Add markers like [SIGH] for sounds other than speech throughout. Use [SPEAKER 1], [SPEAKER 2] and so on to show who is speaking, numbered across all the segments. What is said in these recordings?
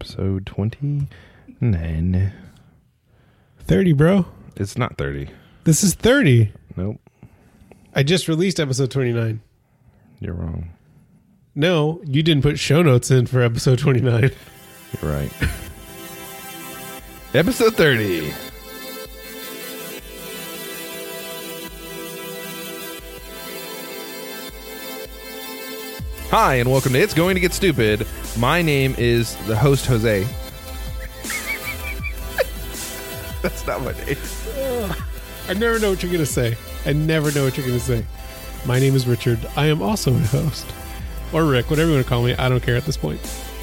[SPEAKER 1] episode 29.
[SPEAKER 2] 30, bro.
[SPEAKER 1] It's not 30.
[SPEAKER 2] This is 30.
[SPEAKER 1] Nope,
[SPEAKER 2] I just released episode 29.
[SPEAKER 1] you're wrong.
[SPEAKER 2] No, you didn't put show notes in for episode 29.
[SPEAKER 1] You're right. [LAUGHS] episode 30. Hi, and welcome to It's Going to Get Stupid. My name is the host, Jose. [LAUGHS] That's not my name.
[SPEAKER 2] I never know what you're going to say. I never know what you're going to say. My name is Richard. I am also a host. Or Rick, whatever you want to call me. I don't care at this point.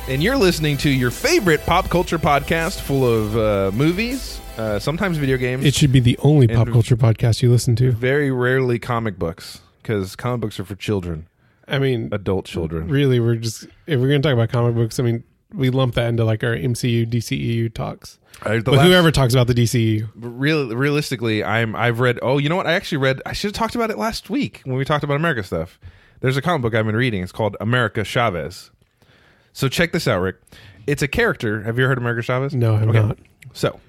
[SPEAKER 1] and you're listening to your favorite pop culture podcast full of uh, movies, uh, sometimes video games,
[SPEAKER 2] It should be the only pop
[SPEAKER 1] And-
[SPEAKER 2] culture podcast you listen to.
[SPEAKER 1] very rarely comic books because comic books are for children,
[SPEAKER 2] I mean,
[SPEAKER 1] adult children.
[SPEAKER 2] really, we're just, if we're going to talk about comic books, I mean, we lump that into like our MCU, DCEU E talks.
[SPEAKER 1] I, the
[SPEAKER 2] But
[SPEAKER 1] last-
[SPEAKER 2] whoever talks about the E DCEU.
[SPEAKER 1] real, realistically, I'm I've read. Oh, you know what? I actually read. I should have talked about it last week when we talked about America stuff. There's a comic book I've been reading. It's called America Chavez. So check this out, Rick. It's a character. Have you ever heard of America Chavez?
[SPEAKER 2] No, I have not.
[SPEAKER 1] So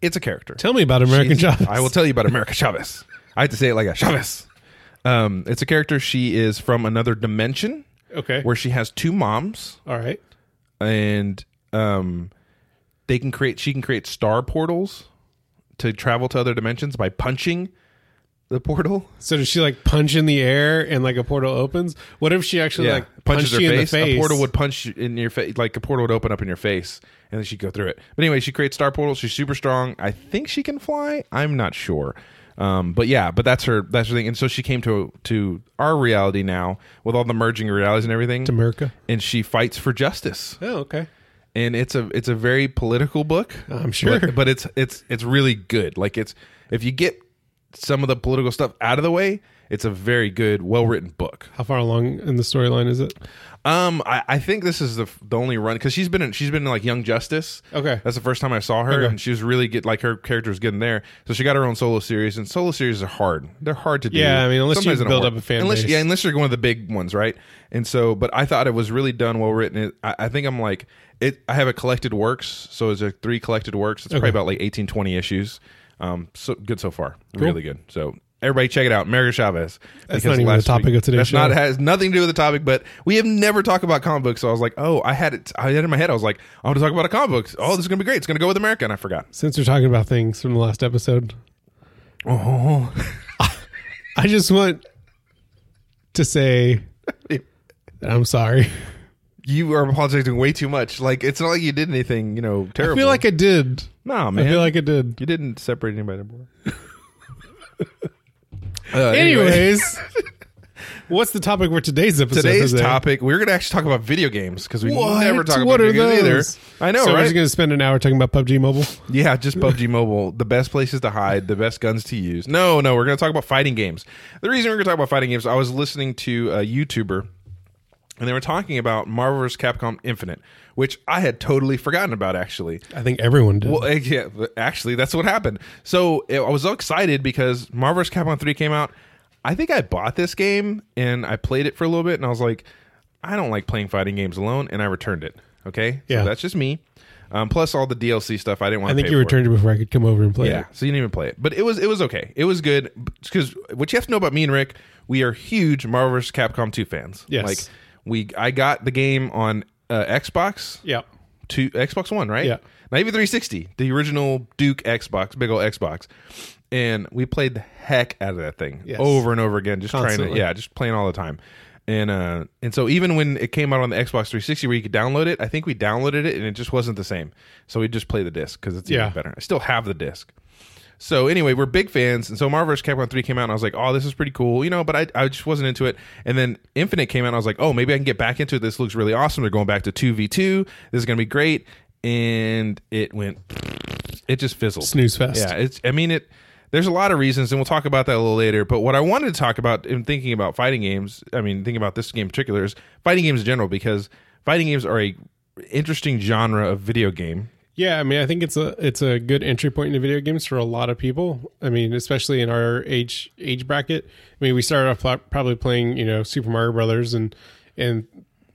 [SPEAKER 1] it's a character.
[SPEAKER 2] Tell me about American
[SPEAKER 1] She's-
[SPEAKER 2] Jobs.
[SPEAKER 1] E I will tell you about America Chavez. I have to say it like a Chavez. Um, it's a character. She is from another dimension
[SPEAKER 2] [LAUGHS] Okay.
[SPEAKER 1] where she has two moms,
[SPEAKER 2] All right.
[SPEAKER 1] and um, they can create. She can create star portals to travel to other dimensions by punching the portal.
[SPEAKER 2] So does she like punch in the air and like a portal opens? What if she actually like punches, you in the face?
[SPEAKER 1] A portal would punch you in your face. Like a portal would open up in your face, and then she'd go through it. But anyway, she creates star portals. She's super strong. I think she can fly. I'm not sure. Um, but yeah, but that's her. That's her thing. And so she came to to our reality now with all the merging realities and everything.
[SPEAKER 2] America.
[SPEAKER 1] And she fights for justice.
[SPEAKER 2] Oh, okay.
[SPEAKER 1] And it's a it's a very political book.
[SPEAKER 2] I'm sure.
[SPEAKER 1] but, but it's it's it's really good. Like it's if you get some of the political stuff out of the way, it's a very good, well written book.
[SPEAKER 2] How far along in the storyline is it?
[SPEAKER 1] Um, I, I think this is the the only run because she's been in, she's been in like Young Justice.
[SPEAKER 2] Okay.
[SPEAKER 1] that's the first time I saw her,
[SPEAKER 2] Okay.
[SPEAKER 1] and she was really good. Like her character was getting there, so she got her own solo series. And solo series are hard; they're hard to do.
[SPEAKER 2] Yeah, I mean, unless you
[SPEAKER 1] Sometimes they don't
[SPEAKER 2] build
[SPEAKER 1] work.
[SPEAKER 2] up a fan
[SPEAKER 1] unless,
[SPEAKER 2] base.
[SPEAKER 1] Yeah, unless you're one of the big ones, right? And so, but I thought it was really done, well written. It, I, I think I'm like it. I have a collected works, so it's like three collected works. It's probably about like 18, 20 issues. Um, so good so far, really good. So. Everybody, check it out, Mario Chavez. because
[SPEAKER 2] That's not even the
[SPEAKER 1] last
[SPEAKER 2] topic of today's
[SPEAKER 1] That's
[SPEAKER 2] show.
[SPEAKER 1] not has nothing to do with the topic, but we have never talked about comic books. So I was like, oh, I had it. I had it in my head. I was like, I want to talk about a comic book. Oh, this is gonna be great. It's gonna go with America, and I forgot.
[SPEAKER 2] Since we're talking about things from the last episode,
[SPEAKER 1] Oh,
[SPEAKER 2] [LAUGHS] I just want to say that
[SPEAKER 1] [LAUGHS]
[SPEAKER 2] I'm sorry.
[SPEAKER 1] you are apologizing way too much. Like it's not like you did anything, you know,
[SPEAKER 2] I
[SPEAKER 1] terrible.
[SPEAKER 2] feel like I did.
[SPEAKER 1] nah, man.
[SPEAKER 2] I feel like I did.
[SPEAKER 1] you didn't separate anybody. [LAUGHS] uh, [LAUGHS]
[SPEAKER 2] Anyways, what's the topic for today's episode?
[SPEAKER 1] Today's
[SPEAKER 2] Jose?
[SPEAKER 1] topic, we're going to actually talk about video games because we
[SPEAKER 2] What?
[SPEAKER 1] never talk about
[SPEAKER 2] what are
[SPEAKER 1] video games
[SPEAKER 2] those?
[SPEAKER 1] either. I know,
[SPEAKER 2] so We're
[SPEAKER 1] right?
[SPEAKER 2] just going to spend an hour talking about PUBG Mobile.
[SPEAKER 1] Yeah, just PUBG Mobile. The best places to hide, the best guns to use. No, no, we're going to talk about fighting games. The reason we're going to talk about fighting games, I was listening to a YouTuber and they were talking about Marvel vs. Capcom Infinite, which I had totally forgotten about actually.
[SPEAKER 2] I think everyone did.
[SPEAKER 1] Well, eh, yeah, actually, that's what happened. So eh, I was so excited because Marvel vs. Capcom 3 came out. I think I bought this game and I played it for a little bit and I was like, I don't like playing fighting games alone, and I returned it. Okay,
[SPEAKER 2] Yeah.
[SPEAKER 1] so that's just me. Um, plus all the DLC stuff I didn't want.
[SPEAKER 2] I
[SPEAKER 1] to
[SPEAKER 2] think
[SPEAKER 1] pay
[SPEAKER 2] you
[SPEAKER 1] for.
[SPEAKER 2] returned it before I could come over and play
[SPEAKER 1] Yeah,
[SPEAKER 2] it.
[SPEAKER 1] so you didn't even play it, but it was it was okay. It was good because what you have to know about me and Rick, we are huge Marvel vs. Capcom two fans.
[SPEAKER 2] Yes.
[SPEAKER 1] like we I got the game on uh, Xbox
[SPEAKER 2] Yeah.
[SPEAKER 1] two Xbox One, right? E
[SPEAKER 2] Yeah.
[SPEAKER 1] not even 360, the original Duke Xbox, big old Xbox, and we played the heck out of that thing
[SPEAKER 2] Yes.
[SPEAKER 1] over and over again, just trying
[SPEAKER 2] Constantly.
[SPEAKER 1] to yeah, just playing all the time. And uh, and so even when it came out on the Xbox 360 where you could download it, I think we downloaded it and it just wasn't the same. So we just play the disc because it's
[SPEAKER 2] Yeah.
[SPEAKER 1] even better. I still have the disc. So anyway, we're big fans, and so Marvel vs. Capcom three came out, and I was like, "Oh, this is pretty cool," you know. But I, I just wasn't into it. And then Infinite came out, and I was like, "Oh, maybe I can get back into it. This looks really awesome. They're going back to two v two. This is gonna be great." And it went, it just fizzled.
[SPEAKER 2] Snooze fest.
[SPEAKER 1] Yeah, it's. I mean, it. There's a lot of reasons, and we'll talk about that a little later. But what I wanted to talk about in thinking about fighting games, I mean, thinking about this game in particular is fighting games in general because fighting games are a interesting genre of video game.
[SPEAKER 2] Yeah, I mean, I think it's a it's a good entry point into video games for a lot of people. I mean, especially in our age age bracket. I mean, we started off pl- probably playing you know Super Mario Brothers and and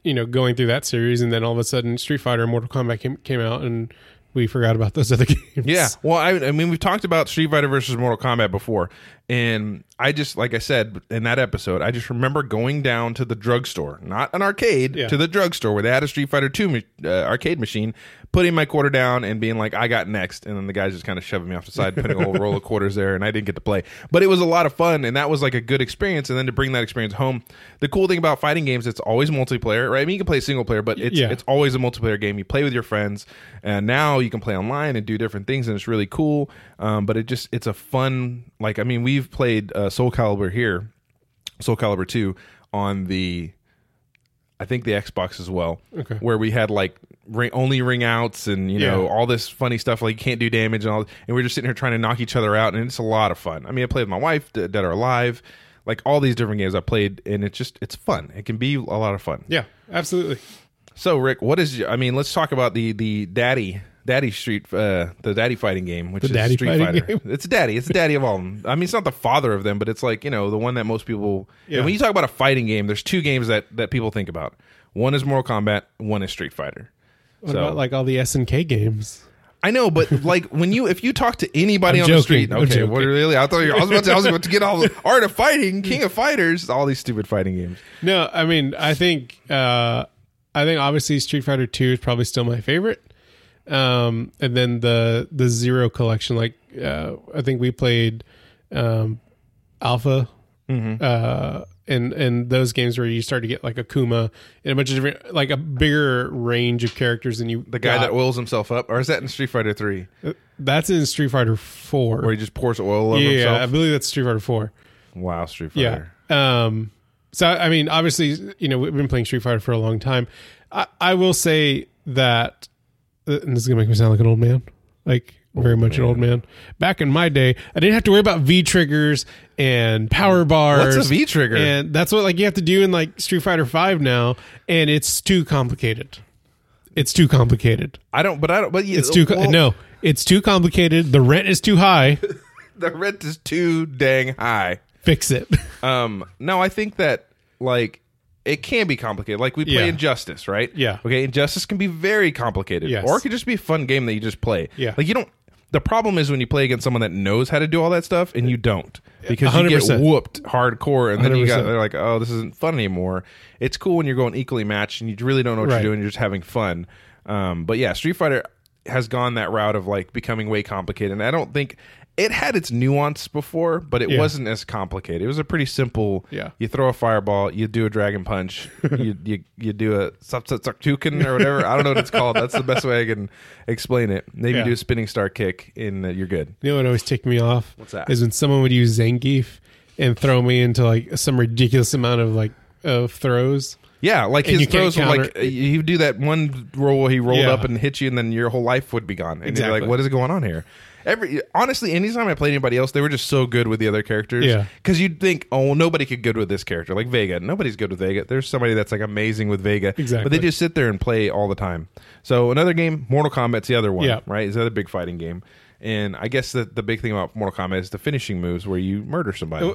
[SPEAKER 2] you know going through that series, and then all of a sudden Street Fighter and Mortal Kombat came, came out, and we forgot about those other [LAUGHS] games.
[SPEAKER 1] Yeah. Well, I, I mean, we've talked about Street Fighter versus Mortal Kombat before, and I just, like I said in that episode, I just remember going down to the drugstore, not an arcade,
[SPEAKER 2] Yeah.
[SPEAKER 1] to the drugstore where they had a Street Fighter Two ma- uh, arcade machine, putting my quarter down and being like, "I got next," and then the guys just kind of shoving me off the side, putting a whole
[SPEAKER 2] [LAUGHS]
[SPEAKER 1] roll of quarters there, and I didn't get to play. But it was a lot of fun, and that was like a good experience. And then to bring that experience home, the cool thing about fighting games, it's always multiplayer, right? I mean, you can play single player, but it's
[SPEAKER 2] Yeah.
[SPEAKER 1] it's always a multiplayer game. You play with your friends, and now you can play online and do different things, and it's really cool. Um, but it just it's a fun like I mean we've played uh, Soul Calibur here, Soul Calibur two on the, I think the Xbox as well,
[SPEAKER 2] Okay.
[SPEAKER 1] where we had like ring, only ring outs and you know
[SPEAKER 2] Yeah.
[SPEAKER 1] all this funny stuff like you can't do damage and all, and we're just sitting here trying to knock each other out, and it's a lot of fun. I mean I played with my wife, D- Dead or Alive. Like all these different games I played, and it's just it's fun. It can be a lot of fun.
[SPEAKER 2] yeah, absolutely.
[SPEAKER 1] So Rick, what is? your- I mean, let's talk about the the daddy daddy street uh, the daddy fighting game, which is
[SPEAKER 2] daddy
[SPEAKER 1] Street
[SPEAKER 2] fighting
[SPEAKER 1] Fighter.
[SPEAKER 2] game?
[SPEAKER 1] It's daddy. It's the daddy of all. Of them. I mean, it's not the father of them, but it's like you know the one that most people.
[SPEAKER 2] Yeah.
[SPEAKER 1] And when you talk about a fighting game, there's two games that that people think about. One is Mortal Kombat. One is Street Fighter.
[SPEAKER 2] What about like all the S and K games?
[SPEAKER 1] I know, but like when you if you talk to anybody
[SPEAKER 2] I'm
[SPEAKER 1] on the
[SPEAKER 2] joking.
[SPEAKER 1] street,
[SPEAKER 2] I'm
[SPEAKER 1] okay,
[SPEAKER 2] joking.
[SPEAKER 1] what really? I thought you were, I was about to I was about to get
[SPEAKER 2] [LAUGHS]
[SPEAKER 1] all the art of fighting, King of Fighters, all these stupid fighting games.
[SPEAKER 2] No, I mean, I think, uh, I think obviously Street Fighter Two is probably still my favorite. Um, and then the the Zero collection, like uh, I think we played um, Alpha,
[SPEAKER 1] Mm-hmm.
[SPEAKER 2] uh, and and those games where you start to get like Akuma and a bunch of different, like a bigger range of characters than you.
[SPEAKER 1] The guy that oils himself up, or is that in Street Fighter Three,
[SPEAKER 2] that that's in Street Fighter Four.
[SPEAKER 1] where he just pours oil over
[SPEAKER 2] yeah, I
[SPEAKER 1] himself?
[SPEAKER 2] believe that's Street Fighter Four.
[SPEAKER 1] Wow, Street Fighter.
[SPEAKER 2] Yeah. Um, so I mean, obviously, you know, we've been playing Street Fighter for a long time. I, I will say that, uh, and this is gonna make me sound like an old man, like very much an old man. Back in my day, I didn't have to worry about V triggers and power bars.
[SPEAKER 1] What's a V trigger?
[SPEAKER 2] And that's what like you have to do in like Street Fighter Five now, and it's too complicated. It's too complicated.
[SPEAKER 1] I don't, but I don't. But
[SPEAKER 2] It's too co- no. It's too complicated. The rent is too high.
[SPEAKER 1] The rent is too dang high.
[SPEAKER 2] Fix it. [LAUGHS]
[SPEAKER 1] Um, no, I think that like it can be complicated. Like we play
[SPEAKER 2] Yeah.
[SPEAKER 1] Injustice, right?
[SPEAKER 2] Yeah.
[SPEAKER 1] Okay, Injustice can be very complicated,
[SPEAKER 2] Yes.
[SPEAKER 1] or it could just be a fun game that you just play.
[SPEAKER 2] Yeah.
[SPEAKER 1] Like you don't. The problem is when you play against someone that knows how to do all that stuff and you don't because you get
[SPEAKER 2] 100%.
[SPEAKER 1] whooped hardcore and then you got
[SPEAKER 2] 100%.
[SPEAKER 1] they're like oh this isn't fun anymore. It's cool when you're going equally matched and you really don't know what
[SPEAKER 2] Right.
[SPEAKER 1] you're doing. You're just having fun. Um, but yeah, Street Fighter has gone that route of like becoming way complicated. And I don't think it had its nuance before, but it
[SPEAKER 2] Yeah.
[SPEAKER 1] wasn't as complicated. It was a pretty simple.
[SPEAKER 2] Yeah.
[SPEAKER 1] You throw a fireball, you do a dragon
[SPEAKER 2] [LAUGHS]
[SPEAKER 1] punch, you you you do a Satsutsukuken or whatever. I don't know what it's called. That's the best way I can explain it. Maybe
[SPEAKER 2] Yeah.
[SPEAKER 1] do a spinning star kick and uh, you're good.
[SPEAKER 2] You know what always ticked me off? What's
[SPEAKER 1] that?
[SPEAKER 2] Is when someone would use Zangief and throw me into like some ridiculous amount of like of throws.
[SPEAKER 1] Yeah, like
[SPEAKER 2] And
[SPEAKER 1] his
[SPEAKER 2] you can't
[SPEAKER 1] throws were like
[SPEAKER 2] counter-
[SPEAKER 1] uh, you do that one roll where he rolled
[SPEAKER 2] Yeah.
[SPEAKER 1] up and hit you, and then your whole life would be gone. And you're like,
[SPEAKER 2] Exactly.
[SPEAKER 1] what is going on here? Every honestly, anytime I played anybody else, they were just so good with the other characters.
[SPEAKER 2] Yeah.
[SPEAKER 1] because you'd think, oh, well, nobody could good with this character. Like Vega, nobody's good with Vega. There's somebody that's like amazing with Vega. but
[SPEAKER 2] Exactly.
[SPEAKER 1] they just sit there and play all the time. So another game, Mortal Kombat's the other one.
[SPEAKER 2] Yeah.
[SPEAKER 1] right. It's the other big fighting game. And I guess that the big thing about Mortal Kombat is the finishing moves where you murder
[SPEAKER 2] [LAUGHS]
[SPEAKER 1] somebody.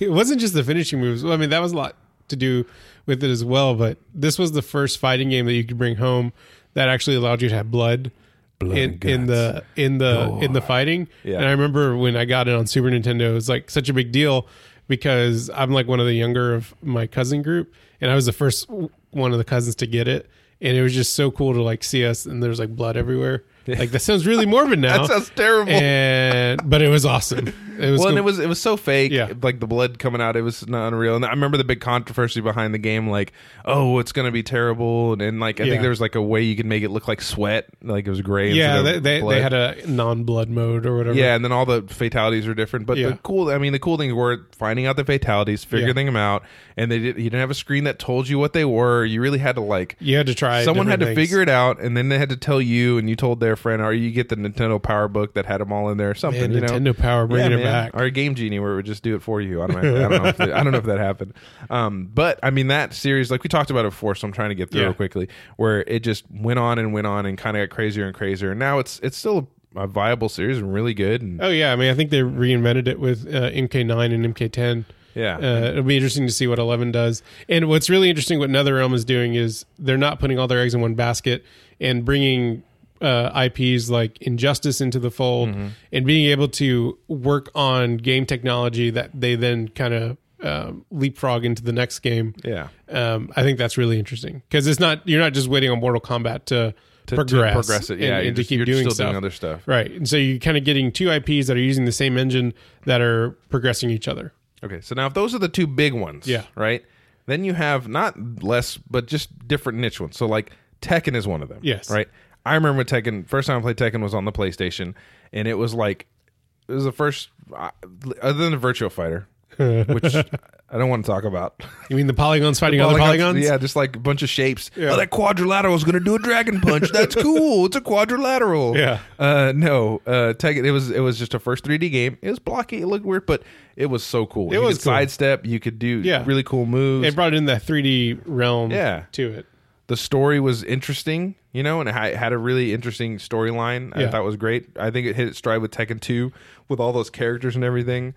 [SPEAKER 2] it wasn't just the finishing moves. Well, I mean, that was a lot to do with it as well, but this was the first fighting game that you could bring home that actually allowed you to have blood.
[SPEAKER 1] Blood
[SPEAKER 2] in,
[SPEAKER 1] and
[SPEAKER 2] in the in the in the fighting,
[SPEAKER 1] Yeah.
[SPEAKER 2] and I remember when I got it on Super Nintendo, it was like such a big deal because I'm like one of the younger of my cousin group, and I was the first one of the cousins to get it, and it was just so cool to like see us, and there's like blood everywhere. Like that sounds really morbid
[SPEAKER 1] [LAUGHS]
[SPEAKER 2] now.
[SPEAKER 1] That sounds terrible.
[SPEAKER 2] and but it was awesome. It was
[SPEAKER 1] well, and
[SPEAKER 2] cool.
[SPEAKER 1] it was it was so fake,
[SPEAKER 2] Yeah.
[SPEAKER 1] like the blood coming out. It was not unreal, and I remember the big controversy behind the game, like, oh, it's gonna be terrible, and, and like I think
[SPEAKER 2] Yeah.
[SPEAKER 1] there was like a way you could make it look like sweat, like it was gray.
[SPEAKER 2] Yeah,
[SPEAKER 1] instead
[SPEAKER 2] they,
[SPEAKER 1] of
[SPEAKER 2] they,
[SPEAKER 1] blood.
[SPEAKER 2] they had a non-blood mode or whatever.
[SPEAKER 1] yeah, and then all the fatalities were different. But the
[SPEAKER 2] Yeah.
[SPEAKER 1] cool, I mean, the cool thing were finding out the fatalities, figuring them out, and they did, you didn't have a screen that told you what they were. You really had to like
[SPEAKER 2] you had to try.
[SPEAKER 1] Someone had
[SPEAKER 2] different
[SPEAKER 1] to
[SPEAKER 2] things.
[SPEAKER 1] figure it out, and then they had to tell you, and you told their friend, or you get the Nintendo Power Book that had them all in there, or something.
[SPEAKER 2] Man,
[SPEAKER 1] you know?
[SPEAKER 2] Nintendo Power bringing it
[SPEAKER 1] man.
[SPEAKER 2] back.
[SPEAKER 1] Or a Game Genie where it would just do it for you. I don't,
[SPEAKER 2] [LAUGHS]
[SPEAKER 1] know, I don't know, if, I don't know if that happened. Um, but I mean, that series, like we talked about it before, so I'm trying to get through
[SPEAKER 2] Yeah.
[SPEAKER 1] real quickly, where it just went on and went on and kind of got crazier and crazier. And now it's it's still a viable series and really good. And
[SPEAKER 2] Oh yeah, I mean, I think they reinvented it with uh, MK9 and MK10.
[SPEAKER 1] Yeah.
[SPEAKER 2] Uh, it'll be interesting to see what 11 does. And what's really interesting, what NetherRealm is doing is they're not putting all their eggs in one basket and bringing uh, IPs like Injustice into the fold
[SPEAKER 1] Mm-hmm.
[SPEAKER 2] and being able to work on game technology that they then kind of um, leapfrog into the next game.
[SPEAKER 1] Yeah.
[SPEAKER 2] Um, I think that's really interesting because it's not you're not just waiting on Mortal Kombat to,
[SPEAKER 1] To,
[SPEAKER 2] progress,
[SPEAKER 1] to progress it. Yeah. you're
[SPEAKER 2] and, and to
[SPEAKER 1] just-
[SPEAKER 2] keep
[SPEAKER 1] you're
[SPEAKER 2] doing
[SPEAKER 1] still
[SPEAKER 2] stuff.
[SPEAKER 1] doing other stuff.
[SPEAKER 2] Right. And so you're kind of getting two IPs that are using the same engine that are progressing each other.
[SPEAKER 1] Okay, so now if those are the two big ones,
[SPEAKER 2] Yeah.
[SPEAKER 1] right, then you have not less, but just different niche ones. So like Tekken is one of them.
[SPEAKER 2] Yes.
[SPEAKER 1] right. I remember when Tekken. First time I played Tekken was on the PlayStation, and it was like it was the first, uh, other than the Virtual
[SPEAKER 2] [LAUGHS]
[SPEAKER 1] Fighter, which I don't want to talk about.
[SPEAKER 2] You mean the polygons fighting other polygons?
[SPEAKER 1] yeah, just like a bunch of shapes. Oh, that quadrilateral is going to do a dragon punch. That's cool. It's a quadrilateral.
[SPEAKER 2] Yeah.
[SPEAKER 1] Uh, no, uh, Tekken. It was it was just a first 3D game. It was blocky. It looked weird, but it was so cool. It you
[SPEAKER 2] was
[SPEAKER 1] could
[SPEAKER 2] cool.
[SPEAKER 1] sidestep. You could do
[SPEAKER 2] Yeah.
[SPEAKER 1] really cool moves.
[SPEAKER 2] They brought in that 3D realm
[SPEAKER 1] Yeah.
[SPEAKER 2] to it.
[SPEAKER 1] the story was interesting, you know, and it ha- had a really interesting storyline. I
[SPEAKER 2] Yeah.
[SPEAKER 1] thought was great. I think it hit its stride with Tekken 2 with all those characters and everything.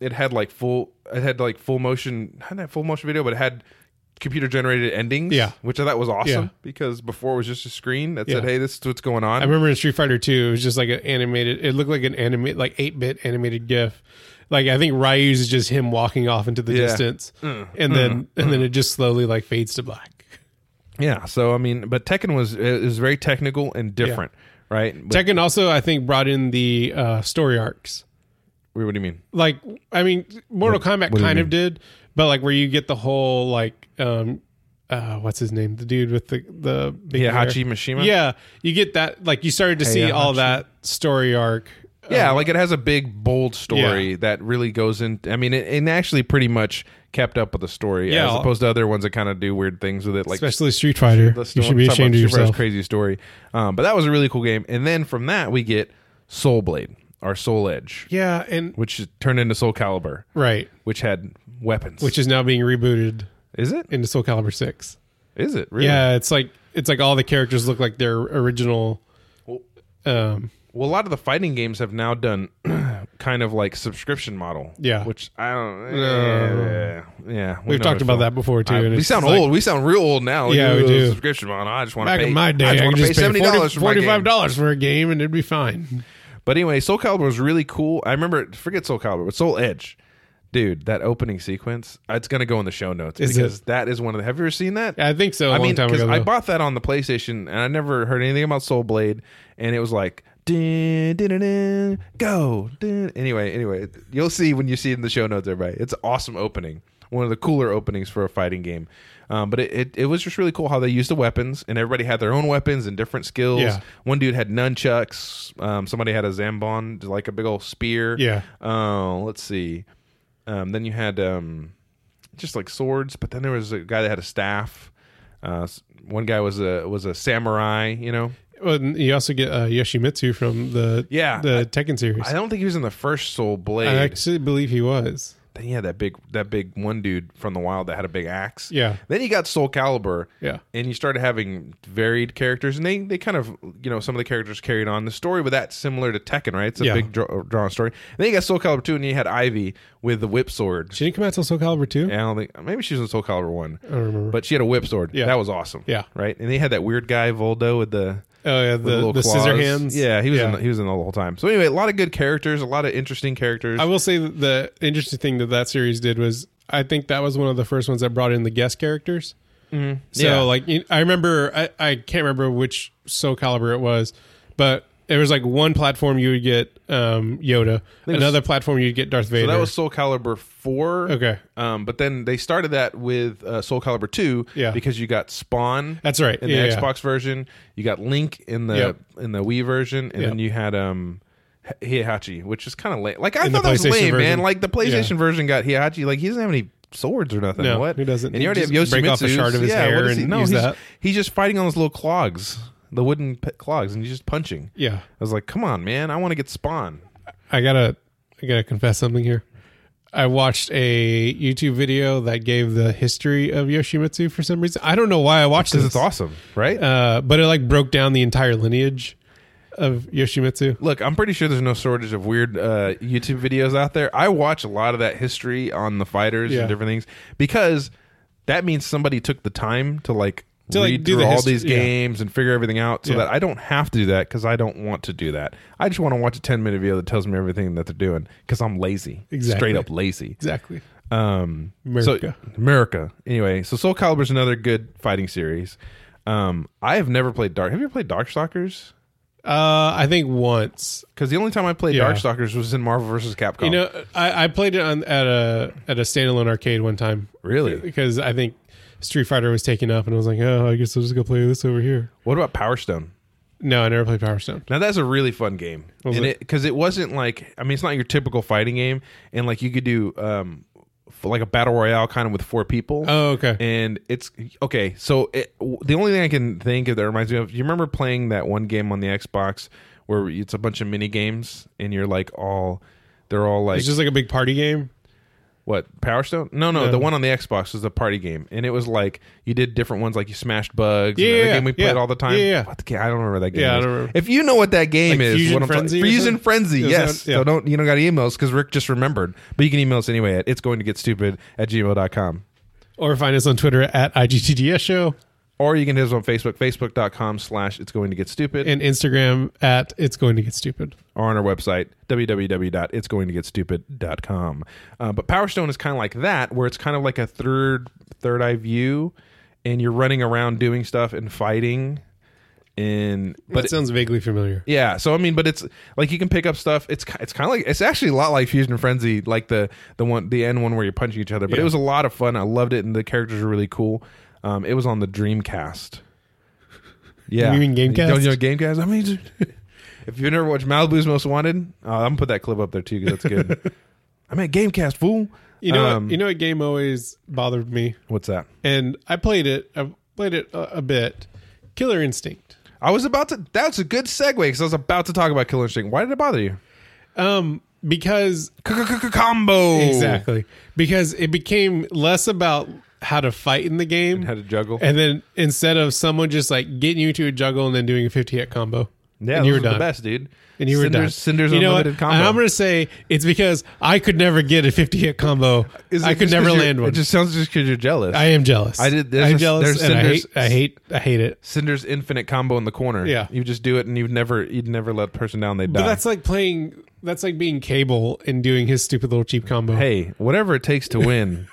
[SPEAKER 1] It had like full it had like full motion, not that full motion video, but it had computer generated endings,
[SPEAKER 2] Yeah.
[SPEAKER 1] which I thought was awesome
[SPEAKER 2] Yeah.
[SPEAKER 1] because before it was just a screen that said,
[SPEAKER 2] Yeah.
[SPEAKER 1] "Hey, this is what's going
[SPEAKER 2] I
[SPEAKER 1] on."
[SPEAKER 2] remember in Street Fighter 2, it was just like an animated, it looked like an animate, like 8 bit animated GIF. Like I think Ryu's is just him walking off into the
[SPEAKER 1] Yeah. Mm.
[SPEAKER 2] distance, and then and then it just slowly like fades to black.
[SPEAKER 1] Yeah, so I mean, but Tekken was it was very technical and different, right? But
[SPEAKER 2] Tekken also I think brought in the uh, story arcs.
[SPEAKER 1] what do you mean?
[SPEAKER 2] like I mean, Mortal Kombat
[SPEAKER 1] do you
[SPEAKER 2] kind of did, but like where you get the whole like um uh what's his name the dude with the the big
[SPEAKER 1] Yeah,
[SPEAKER 2] hair.
[SPEAKER 1] Hachi Mishima.
[SPEAKER 2] yeah you get that like you started to see
[SPEAKER 1] yeah,
[SPEAKER 2] all
[SPEAKER 1] Hachi.
[SPEAKER 2] that story arc
[SPEAKER 1] Yeah,
[SPEAKER 2] Um,
[SPEAKER 1] like it has a big, bold story that really goes in. I mean, it, it actually pretty much kept up with the story,
[SPEAKER 2] Yeah.
[SPEAKER 1] as opposed to other ones that kind of do weird things with it, like
[SPEAKER 2] especially Street Fighter
[SPEAKER 1] let's
[SPEAKER 2] you
[SPEAKER 1] don't
[SPEAKER 2] should be
[SPEAKER 1] talk about
[SPEAKER 2] ashamed of
[SPEAKER 1] Super Hero
[SPEAKER 2] yourself
[SPEAKER 1] Crazy story, um, but that was a really cool game. And then from that, we get Soul Blade, our Soul Edge,
[SPEAKER 2] yeah and
[SPEAKER 1] which turned into Soul Calibur,
[SPEAKER 2] right
[SPEAKER 1] which had weapons.
[SPEAKER 2] which is now being rebooted
[SPEAKER 1] is it?
[SPEAKER 2] into Soul Calibur Six
[SPEAKER 1] Is it really?
[SPEAKER 2] yeah it's like it's like all the characters look like their original um
[SPEAKER 1] Well, a lot of the fighting games have now done [CLEARS THROAT] kind of like subscription model.
[SPEAKER 2] Yeah. Uh,
[SPEAKER 1] Which I don't. Yeah. yeah we
[SPEAKER 2] we've
[SPEAKER 1] know
[SPEAKER 2] talked
[SPEAKER 1] it's
[SPEAKER 2] about
[SPEAKER 1] wrong.
[SPEAKER 2] that before too
[SPEAKER 1] I-
[SPEAKER 2] and
[SPEAKER 1] we
[SPEAKER 2] it's
[SPEAKER 1] sound
[SPEAKER 2] like-
[SPEAKER 1] old. We sound real old now.
[SPEAKER 2] Yeah, we
[SPEAKER 1] Ooh,
[SPEAKER 2] do.
[SPEAKER 1] Subscription model. I just want to
[SPEAKER 2] Back
[SPEAKER 1] pay.
[SPEAKER 2] in my day,
[SPEAKER 1] I
[SPEAKER 2] I,
[SPEAKER 1] just
[SPEAKER 2] could
[SPEAKER 1] want to pay
[SPEAKER 2] just pay
[SPEAKER 1] seventy dollars for my game.
[SPEAKER 2] dollars for a game, and it'd be fine.
[SPEAKER 1] But anyway, Soul Calibur was really cool. I remember. Forget Soul Calibur, but Soul Edge, dude. That opening sequence. It's gonna go in the show notes
[SPEAKER 2] Is
[SPEAKER 1] because that is one of the. Have you ever seen that?
[SPEAKER 2] I think so. a
[SPEAKER 1] I
[SPEAKER 2] long
[SPEAKER 1] mean,
[SPEAKER 2] time
[SPEAKER 1] because
[SPEAKER 2] ago,
[SPEAKER 1] I
[SPEAKER 2] though.
[SPEAKER 1] bought that on the PlayStation and I never heard anything about Soul Blade, and it was like, dun, dun, dun, dun, go. Dun. Anyway, anyway, you'll see when you see it in the show notes, everybody. It's an awesome opening, one of the cooler openings for a fighting game. Um, but it, it, it was just really cool how they used the weapons, and everybody had their own weapons and different skills.
[SPEAKER 2] Yeah.
[SPEAKER 1] One dude had nunchucks. Um, somebody had a zambon, like a big old spear.
[SPEAKER 2] Yeah.
[SPEAKER 1] Uh, let's see. Um, then you had um, just like swords, but then there was a guy that had a staff. Uh, s- one guy was a was a samurai. You know,
[SPEAKER 2] Well, and you also get uh, Yoshimitsu from the
[SPEAKER 1] Yeah,
[SPEAKER 2] the
[SPEAKER 1] I-
[SPEAKER 2] Tekken series.
[SPEAKER 1] I
[SPEAKER 2] I,
[SPEAKER 1] don't think he was in the first Soul Blade.
[SPEAKER 2] actually believe he was.
[SPEAKER 1] then you had that big that big one dude from the wild that had a big axe.
[SPEAKER 2] Yeah.
[SPEAKER 1] Then you got Soul Calibur.
[SPEAKER 2] Yeah.
[SPEAKER 1] And you started having varied characters, and they they kind of you know some of the characters carried on the story with that similar to Tekken, right? It's a
[SPEAKER 2] Yeah.
[SPEAKER 1] big draw, drawn story. And then you got Soul Calibur two, and you had Ivy with the whip sword.
[SPEAKER 2] She didn't come out till Soul Calibur two.
[SPEAKER 1] I don't think maybe she was in Soul Calibur one.
[SPEAKER 2] I don't remember.
[SPEAKER 1] But she had a whip sword.
[SPEAKER 2] Yeah.
[SPEAKER 1] That was awesome.
[SPEAKER 2] Yeah.
[SPEAKER 1] Right? And they had that weird guy, Voldo, with the
[SPEAKER 2] oh yeah,
[SPEAKER 1] with
[SPEAKER 2] the,
[SPEAKER 1] little
[SPEAKER 2] the
[SPEAKER 1] claws.
[SPEAKER 2] scissor hands.
[SPEAKER 1] Yeah, he was
[SPEAKER 2] Yeah.
[SPEAKER 1] in he was in the whole time. So anyway, a lot of good characters, a lot of interesting characters.
[SPEAKER 2] I will say that the interesting thing that that series did was I think that was one of the first ones that brought in the guest characters. So
[SPEAKER 1] Mm-hmm. Yeah.
[SPEAKER 2] like you- I remember I, I can't remember which Soul Calibur it was, but it was like one platform you would get um, Yoda,
[SPEAKER 1] was-
[SPEAKER 2] another platform you'd get Darth Vader.
[SPEAKER 1] so that was Soul Calibur four.
[SPEAKER 2] Okay.
[SPEAKER 1] Um, but then they started that with uh, Soul Calibur two.
[SPEAKER 2] Yeah.
[SPEAKER 1] Because you got Spawn.
[SPEAKER 2] That's right.
[SPEAKER 1] In the
[SPEAKER 2] Yeah, yeah.
[SPEAKER 1] Xbox version, you got Link in the
[SPEAKER 2] Yep.
[SPEAKER 1] in the Wii version, and
[SPEAKER 2] Yep.
[SPEAKER 1] then you had um. Hi- Heihachi, which is kind of lame. Like I
[SPEAKER 2] In the
[SPEAKER 1] thought that was
[SPEAKER 2] PlayStation
[SPEAKER 1] lame, man.
[SPEAKER 2] version.
[SPEAKER 1] Like the PlayStation version got Heihachi. Like he doesn't have any swords or nothing.
[SPEAKER 2] No,
[SPEAKER 1] what
[SPEAKER 2] he
[SPEAKER 1] And
[SPEAKER 2] doesn't.
[SPEAKER 1] you
[SPEAKER 2] He
[SPEAKER 1] already have
[SPEAKER 2] just
[SPEAKER 1] Yoshimitsu.
[SPEAKER 2] break off a shard of his
[SPEAKER 1] yeah, what
[SPEAKER 2] hair
[SPEAKER 1] is he?
[SPEAKER 2] and
[SPEAKER 1] no,
[SPEAKER 2] use
[SPEAKER 1] he's,
[SPEAKER 2] that.
[SPEAKER 1] He's just fighting on those little clogs, the wooden p- clogs, and he's just punching.
[SPEAKER 2] yeah.
[SPEAKER 1] I was like, come on, man. I want to get Spawn.
[SPEAKER 2] I gotta I gotta confess something here. I watched a YouTube video that gave the history of Yoshimitsu for some reason. I don't know why I watched this.
[SPEAKER 1] Because it's awesome, right?
[SPEAKER 2] uh, but it like broke down the entire lineage. of Yoshimitsu.
[SPEAKER 1] Look, I'm pretty sure there's no shortage of weird uh, YouTube videos out there. I watch a lot of that history on the fighters
[SPEAKER 2] Yeah.
[SPEAKER 1] and different things because that means somebody took the time to like
[SPEAKER 2] To, like,
[SPEAKER 1] read
[SPEAKER 2] do
[SPEAKER 1] through
[SPEAKER 2] the
[SPEAKER 1] all
[SPEAKER 2] hist-
[SPEAKER 1] these
[SPEAKER 2] yeah.
[SPEAKER 1] games and figure everything out so
[SPEAKER 2] Yeah.
[SPEAKER 1] that I don't have to do that because I don't want to do that. I just want to watch a 10 minute video that tells me everything that they're doing because I'm lazy,
[SPEAKER 2] Exactly.
[SPEAKER 1] straight up lazy.
[SPEAKER 2] Exactly.
[SPEAKER 1] Um,
[SPEAKER 2] America.
[SPEAKER 1] So, America. Anyway, so Soul Calibur is another good fighting series. Um, I have never played Dark. Have you ever played Darkstalkers?
[SPEAKER 2] Uh, I think once.
[SPEAKER 1] Because the only time I played
[SPEAKER 2] Yeah.
[SPEAKER 1] Darkstalkers was in Marvel vs. Capcom.
[SPEAKER 2] You know, I, I played it on at a at a standalone arcade one time
[SPEAKER 1] really?
[SPEAKER 2] because I think Street Fighter was taken up, and I was like, oh, I guess I'll just go play this over here.
[SPEAKER 1] What about Power Stone?
[SPEAKER 2] No, I never played Power Stone.
[SPEAKER 1] Now that's a really fun game,
[SPEAKER 2] Was
[SPEAKER 1] and
[SPEAKER 2] it?
[SPEAKER 1] it because it, wasn't like I mean it's not your typical fighting game, and like you could do um f- like a battle royale kind of with four people.
[SPEAKER 2] Oh, okay.
[SPEAKER 1] and it's okay. So it, w- the only thing I can think of that reminds me of you remember playing that one game on the Xbox where it's a bunch of mini games and you're like all they're all like
[SPEAKER 2] it's just like a big party game.
[SPEAKER 1] what Power Stone? No, no,
[SPEAKER 2] No.
[SPEAKER 1] the one on the Xbox was the party game, and it was like you did different ones, like you smashed bugs.
[SPEAKER 2] Yeah,
[SPEAKER 1] and the
[SPEAKER 2] yeah,
[SPEAKER 1] game we
[SPEAKER 2] yeah.
[SPEAKER 1] played all the time.
[SPEAKER 2] Yeah, yeah.
[SPEAKER 1] What the, I don't remember that game.
[SPEAKER 2] Yeah, I
[SPEAKER 1] was.
[SPEAKER 2] don't remember.
[SPEAKER 1] If you know what that game
[SPEAKER 2] Like
[SPEAKER 1] is,
[SPEAKER 2] Fusion
[SPEAKER 1] what I'm
[SPEAKER 2] Frenzy or
[SPEAKER 1] talking, Fusion
[SPEAKER 2] something?
[SPEAKER 1] Frenzy.
[SPEAKER 2] Is
[SPEAKER 1] Yes,
[SPEAKER 2] that- yeah.
[SPEAKER 1] so don't you don't got to email us because Rick just remembered, but you can email us anyway at it's going to get stupid at gmail.com.
[SPEAKER 2] Or find us on Twitter at IGTDS Show
[SPEAKER 1] or you can hit us on Facebook, facebook.com slash it's going to get stupid,
[SPEAKER 2] and Instagram at It's Going to Get Stupid.
[SPEAKER 1] or on our website, www.itsgoingtogetstupid.com. Uh, but Power Stone is kind of like that, where it's kind of like a third third eye view, and you're running around doing stuff and fighting. And
[SPEAKER 2] But
[SPEAKER 1] but
[SPEAKER 2] it sounds vaguely familiar.
[SPEAKER 1] Yeah, so I mean, but it's like you can pick up stuff. It's ki- it's kind of like it's actually a lot like Fusion Frenzy, like the the one the end one where you're punching each other. But it
[SPEAKER 2] Yeah.
[SPEAKER 1] was a lot of fun. I loved it, and the characters are really cool. Um, it was on the Dreamcast. Yeah,
[SPEAKER 2] You mean Gamecast?
[SPEAKER 1] Don't you know Gamecast? I mean, [LAUGHS] if you've never watched Malibu's Most Wanted, uh, I'm gonna put that clip up there too because that's
[SPEAKER 2] [LAUGHS]
[SPEAKER 1] good. I mean, Gamecast fool.
[SPEAKER 2] You know,
[SPEAKER 1] Um,
[SPEAKER 2] what, you know, what game always bothered me,
[SPEAKER 1] what's that?
[SPEAKER 2] and I played it. I played it a, a bit. Killer Instinct.
[SPEAKER 1] I was about to. That's a good segue because I was about to talk about Killer Instinct. Why did it bother you?
[SPEAKER 2] Um, because
[SPEAKER 1] Combo
[SPEAKER 2] exactly because it became less about how to fight in the game,
[SPEAKER 1] How to juggle.
[SPEAKER 2] and then instead of someone just like getting you to a juggle and then doing a fifty hit combo.
[SPEAKER 1] Yeah,
[SPEAKER 2] and
[SPEAKER 1] those
[SPEAKER 2] you
[SPEAKER 1] were
[SPEAKER 2] were done.
[SPEAKER 1] the best, dude.
[SPEAKER 2] and you were
[SPEAKER 1] Cinders,
[SPEAKER 2] done.
[SPEAKER 1] Cinders
[SPEAKER 2] you know what?
[SPEAKER 1] unlimited combo.
[SPEAKER 2] And I'm gonna say it's because I could never get a 50 hit combo.
[SPEAKER 1] Is it
[SPEAKER 2] I
[SPEAKER 1] just
[SPEAKER 2] could
[SPEAKER 1] 'cause
[SPEAKER 2] never
[SPEAKER 1] you're-
[SPEAKER 2] land one.
[SPEAKER 1] It just sounds just because you're jealous.
[SPEAKER 2] I am jealous.
[SPEAKER 1] I did- there's
[SPEAKER 2] I'm
[SPEAKER 1] a-
[SPEAKER 2] jealous,
[SPEAKER 1] there's
[SPEAKER 2] and I
[SPEAKER 1] Cinders-
[SPEAKER 2] hate. I hate. I hate it.
[SPEAKER 1] Cinder's infinite combo in the corner.
[SPEAKER 2] Yeah.
[SPEAKER 1] you just do it, and you'd never, you'd never let the person down. They die.
[SPEAKER 2] But that's like playing. That's like being Cable and doing his stupid little cheap combo.
[SPEAKER 1] hey, whatever it takes
[SPEAKER 2] [LAUGHS]
[SPEAKER 1] to win.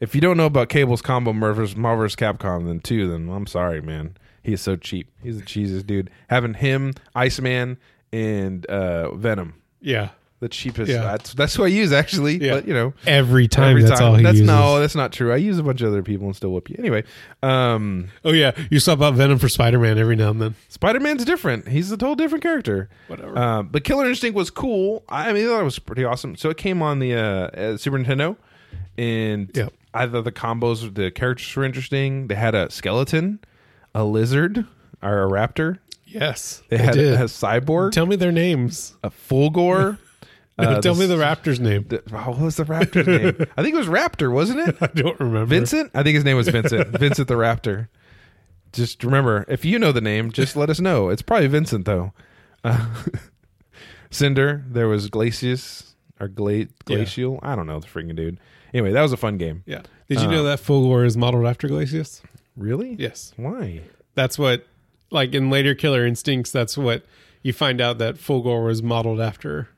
[SPEAKER 1] if you don't know about Cable's combo versus Marvel vs. Capcom, then two, then I'm sorry, man. He is so cheap. He's the cheesiest dude. Having him, Iceman, and uh, Venom,
[SPEAKER 2] Yeah.
[SPEAKER 1] the cheapest.
[SPEAKER 2] Yeah.
[SPEAKER 1] That's that's who I use actually.
[SPEAKER 2] Yeah.
[SPEAKER 1] But you know,
[SPEAKER 2] Every time. that's all he
[SPEAKER 1] that's
[SPEAKER 2] uses.
[SPEAKER 1] no, that's not true. I use a bunch of other people and still whoop you. Anyway, um,
[SPEAKER 2] Oh yeah. You swap out Venom for Spider Man every now and then.
[SPEAKER 1] Spider Man's different. He's a total different character.
[SPEAKER 2] Whatever.
[SPEAKER 1] Uh, but Killer Instinct was cool. I mean, I thought it was pretty awesome. So it came on the uh, uh, Super Nintendo, and
[SPEAKER 2] Yep.
[SPEAKER 1] I thought the combos, the characters were interesting. They had a skeleton, a lizard, or a raptor.
[SPEAKER 2] Yes.
[SPEAKER 1] They
[SPEAKER 2] I
[SPEAKER 1] had
[SPEAKER 2] did.
[SPEAKER 1] a, cyborg,
[SPEAKER 2] tell me their names.
[SPEAKER 1] a
[SPEAKER 2] [LAUGHS]
[SPEAKER 1] Fulgore. [LAUGHS] uh,
[SPEAKER 2] tell me
[SPEAKER 1] the,
[SPEAKER 2] the Raptor's name.
[SPEAKER 1] the- what was the raptor's name? I think it was Raptor, wasn't it?
[SPEAKER 2] [LAUGHS] I don't remember.
[SPEAKER 1] Vincent? I think his name was
[SPEAKER 2] [LAUGHS]
[SPEAKER 1] Vincent. Vincent the Raptor. Just remember, if you know the name, just let us know. It's probably Vincent though. Uh, [LAUGHS] Cinder. There was Glacius or Gla- Glacial. I don't know the freaking dude. Anyway, that was a fun game.
[SPEAKER 2] Yeah. Did
[SPEAKER 1] Uh.
[SPEAKER 2] you know that Fulgore is modeled after Glacius?
[SPEAKER 1] Really?
[SPEAKER 2] Yes.
[SPEAKER 1] Why?
[SPEAKER 2] that's what like in later killer instincts that's what you find out that fulgore was modeled after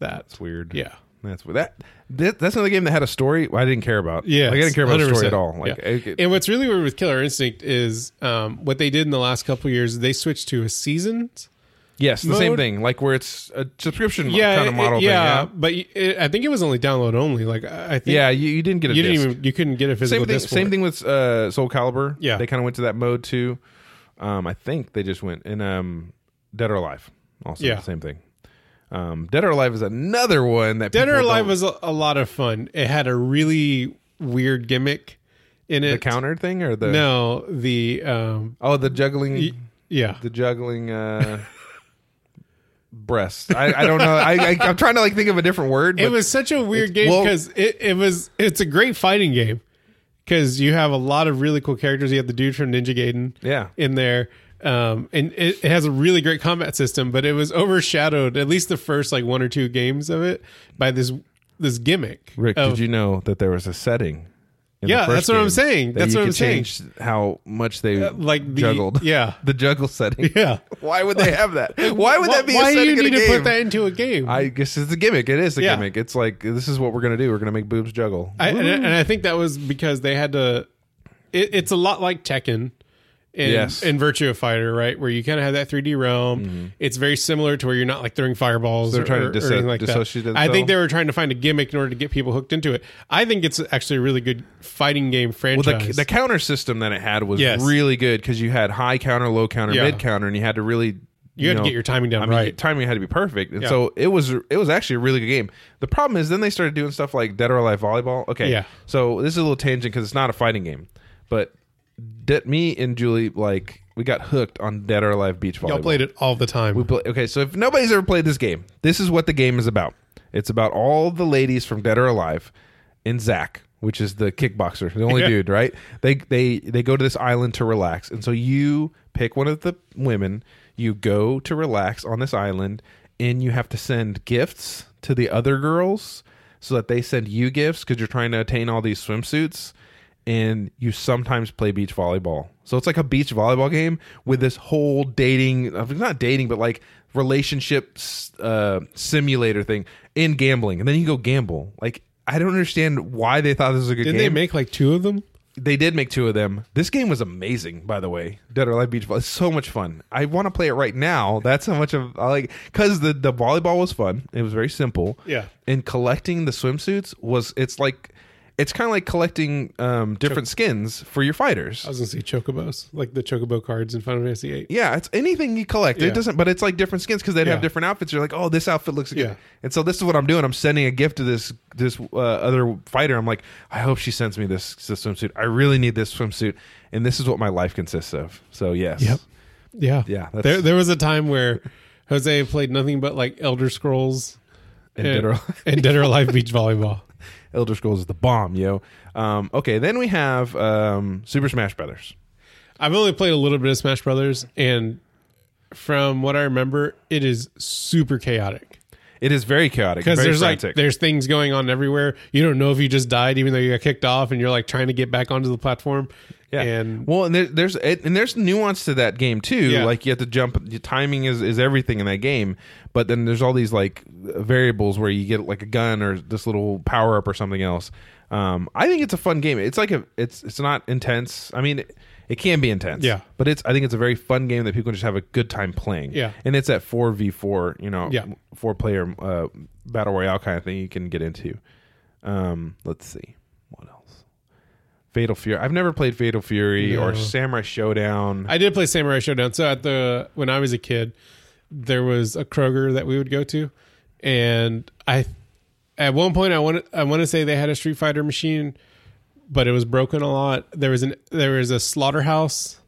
[SPEAKER 2] that
[SPEAKER 1] It's weird.
[SPEAKER 2] yeah
[SPEAKER 1] That's what that, that. That's another game that had a story I didn't care about.
[SPEAKER 2] yeah
[SPEAKER 1] like, I didn't care about the story
[SPEAKER 2] 100%.
[SPEAKER 1] at all. Like,
[SPEAKER 2] Yeah.
[SPEAKER 1] I-
[SPEAKER 2] and what's really weird with killer instinct is um, what they did in the last couple years they switched to a seasons
[SPEAKER 1] yes, the same
[SPEAKER 2] Mode?
[SPEAKER 1] thing. Like where it's a subscription
[SPEAKER 2] yeah
[SPEAKER 1] kind of
[SPEAKER 2] it-
[SPEAKER 1] model.
[SPEAKER 2] yeah,
[SPEAKER 1] thing,
[SPEAKER 2] but it, i think it was only download only like i I think
[SPEAKER 1] yeah. yeah you, you didn't get a
[SPEAKER 2] you
[SPEAKER 1] disc.
[SPEAKER 2] didn't even you couldn't get a physical
[SPEAKER 1] same thing.
[SPEAKER 2] disc for
[SPEAKER 1] Same
[SPEAKER 2] it.
[SPEAKER 1] thing with uh, Soul Calibur.
[SPEAKER 2] Yeah.
[SPEAKER 1] they kind of went to that mode too. Um, I think they just went in um, Dead or Alive. Also,
[SPEAKER 2] Yeah.
[SPEAKER 1] same thing. Um, Dead or Alive is another one that
[SPEAKER 2] dead or
[SPEAKER 1] people
[SPEAKER 2] alive
[SPEAKER 1] don't-
[SPEAKER 2] was a, a lot of fun it had a really weird gimmick in it
[SPEAKER 1] the counter thing or the
[SPEAKER 2] no the um
[SPEAKER 1] oh the juggling
[SPEAKER 2] yeah
[SPEAKER 1] the juggling
[SPEAKER 2] [LAUGHS]
[SPEAKER 1] uh, breast. I, I don't know. I, I I'm trying to like think of a different word.
[SPEAKER 2] it
[SPEAKER 1] but-
[SPEAKER 2] was such a weird game
[SPEAKER 1] well-
[SPEAKER 2] because it, it was it's a great fighting game because you have a lot of really cool characters. You have the dude from Ninja Gaiden
[SPEAKER 1] yeah.
[SPEAKER 2] in there. um, and it, it has a really great combat system, but it was overshadowed at least the first like one or two games of it by this this gimmick.
[SPEAKER 1] Rick,
[SPEAKER 2] of,
[SPEAKER 1] did you know that there was a setting? in the
[SPEAKER 2] Yeah,
[SPEAKER 1] first
[SPEAKER 2] that's what I'm
[SPEAKER 1] game
[SPEAKER 2] saying.
[SPEAKER 1] that
[SPEAKER 2] That's
[SPEAKER 1] you
[SPEAKER 2] what
[SPEAKER 1] could
[SPEAKER 2] I'm saying. Uh,
[SPEAKER 1] Change how much they
[SPEAKER 2] like the,
[SPEAKER 1] juggled.
[SPEAKER 2] Yeah,
[SPEAKER 1] [LAUGHS] the juggle setting.
[SPEAKER 2] yeah.
[SPEAKER 1] Why would they have that? Why would
[SPEAKER 2] Why-
[SPEAKER 1] that be?
[SPEAKER 2] why
[SPEAKER 1] a
[SPEAKER 2] do
[SPEAKER 1] setting
[SPEAKER 2] you
[SPEAKER 1] in a
[SPEAKER 2] need to
[SPEAKER 1] game?
[SPEAKER 2] put that into a game?
[SPEAKER 1] I guess it's a gimmick. It is a
[SPEAKER 2] Yeah.
[SPEAKER 1] gimmick. It's like this is what we're gonna do. We're gonna make boobs juggle.
[SPEAKER 2] I, and, and I think that was because they had to. It, it's a lot like Tekken, in,
[SPEAKER 1] Yes. Mm-hmm.
[SPEAKER 2] in Virtua Fighter, right, where you kind of have that 3D realm. It's very similar to where you're not like throwing fireballs.
[SPEAKER 1] They're
[SPEAKER 2] or,
[SPEAKER 1] trying to
[SPEAKER 2] or
[SPEAKER 1] disso-
[SPEAKER 2] anything like
[SPEAKER 1] dissociate
[SPEAKER 2] that. I think
[SPEAKER 1] themselves.
[SPEAKER 2] they were trying to find a gimmick in order to get people hooked into it. I think it's actually a really good fighting game franchise.
[SPEAKER 1] Well, the, the counter system that it had was
[SPEAKER 2] Yes.
[SPEAKER 1] really good because you had high counter, low counter,
[SPEAKER 2] Yeah.
[SPEAKER 1] mid counter, and you had to really you,
[SPEAKER 2] you had
[SPEAKER 1] know,
[SPEAKER 2] to get your timing down
[SPEAKER 1] I mean,
[SPEAKER 2] right.
[SPEAKER 1] timing had to be perfect, and so it was it was actually a really good game. The problem is then they started doing stuff like Dead or Alive volleyball. Okay,
[SPEAKER 2] Yeah.
[SPEAKER 1] So this is a little tangent because it's not a fighting game, but de- me and Julie like we got hooked on Dead or Alive beach volleyball.
[SPEAKER 2] Y'all played it all the time.
[SPEAKER 1] We play, okay, so if nobody's ever played this game, this is what the game is about. It's about all the ladies from Dead or Alive and Zach, which is the kickboxer, the only
[SPEAKER 2] Yeah.
[SPEAKER 1] dude, right? They they they go to this island to relax, and so you pick one of the women, you go to relax on this island, and you have to send gifts to the other girls so that they send you gifts because you're trying to attain all these swimsuits. And you sometimes play beach volleyball, so it's like a beach volleyball game with this whole dating, uh, not dating, but like relationship s- uh, simulator thing in gambling, and then you go gamble. Like I don't understand why they thought this was a good
[SPEAKER 2] Didn't they
[SPEAKER 1] game.
[SPEAKER 2] make like two of them?
[SPEAKER 1] They did make two of them. This game was amazing, by the way. Dead or Alive Beach Volleyball. It's so much fun. I want to play it right now. That's how much of I like because the the volleyball was fun. It was very simple.
[SPEAKER 2] Yeah.
[SPEAKER 1] And collecting the swimsuits was it's like it's kind of like collecting um, different skins for your fighters.
[SPEAKER 2] I was gonna say chocobos, like the chocobo cards in Final Fantasy VIII.
[SPEAKER 1] Yeah, it's anything you collect.
[SPEAKER 2] Yeah.
[SPEAKER 1] It doesn't, but it's like different skins because they'd have
[SPEAKER 2] Yeah.
[SPEAKER 1] different outfits. You're like, oh, this outfit looks good.
[SPEAKER 2] Yeah.
[SPEAKER 1] And so this is what I'm doing. I'm sending a gift to this this uh, other fighter. I'm like, I hope she sends me this, this swimsuit. I really need this swimsuit, and this is what my life consists of. So yes,
[SPEAKER 2] Yep. Yeah.
[SPEAKER 1] Yeah, that's-
[SPEAKER 2] There there was a time where Jose played nothing but like Elder Scrolls
[SPEAKER 1] And Dead or Alive.
[SPEAKER 2] and Dead
[SPEAKER 1] [LAUGHS]
[SPEAKER 2] or Alive beach volleyball.
[SPEAKER 1] Elder Scrolls is the bomb, yo. Um, okay, then we have um, Super Smash Brothers.
[SPEAKER 2] I've only played a little bit of Smash Brothers and from what I remember, it is super chaotic.
[SPEAKER 1] It is very chaotic
[SPEAKER 2] Because
[SPEAKER 1] very
[SPEAKER 2] there's like
[SPEAKER 1] frantic.
[SPEAKER 2] there's things going on everywhere. You don't know if you just died, even though you got kicked off, and you're like trying to get back onto the platform.
[SPEAKER 1] Yeah.
[SPEAKER 2] and
[SPEAKER 1] well, and there, there's it, and there's nuance to that game too.
[SPEAKER 2] Yeah.
[SPEAKER 1] Like you have to jump. the Timing is is everything in that game. But then there's all these like variables where you get like a gun or this little power up or something else. Um, I think it's a fun game. It's like a it's it's not intense. I mean. It, it can be intense,
[SPEAKER 2] Yeah.
[SPEAKER 1] But it's I think it's a very fun game that people just have a good time playing,
[SPEAKER 2] Yeah.
[SPEAKER 1] And it's at four v four, you know,
[SPEAKER 2] Yeah.
[SPEAKER 1] four player uh, battle royale kind of thing you can get into. Um, let's see what else. Fatal Fury. I've never played Fatal Fury or
[SPEAKER 2] No.
[SPEAKER 1] Samurai Showdown.
[SPEAKER 2] I did play Samurai Showdown. So at the when I was a kid, there was a Kroger that we would go to, and I at one point I want I want to say they had a Street Fighter machine, but it was broken a lot. There was an there was a Slaughterhouse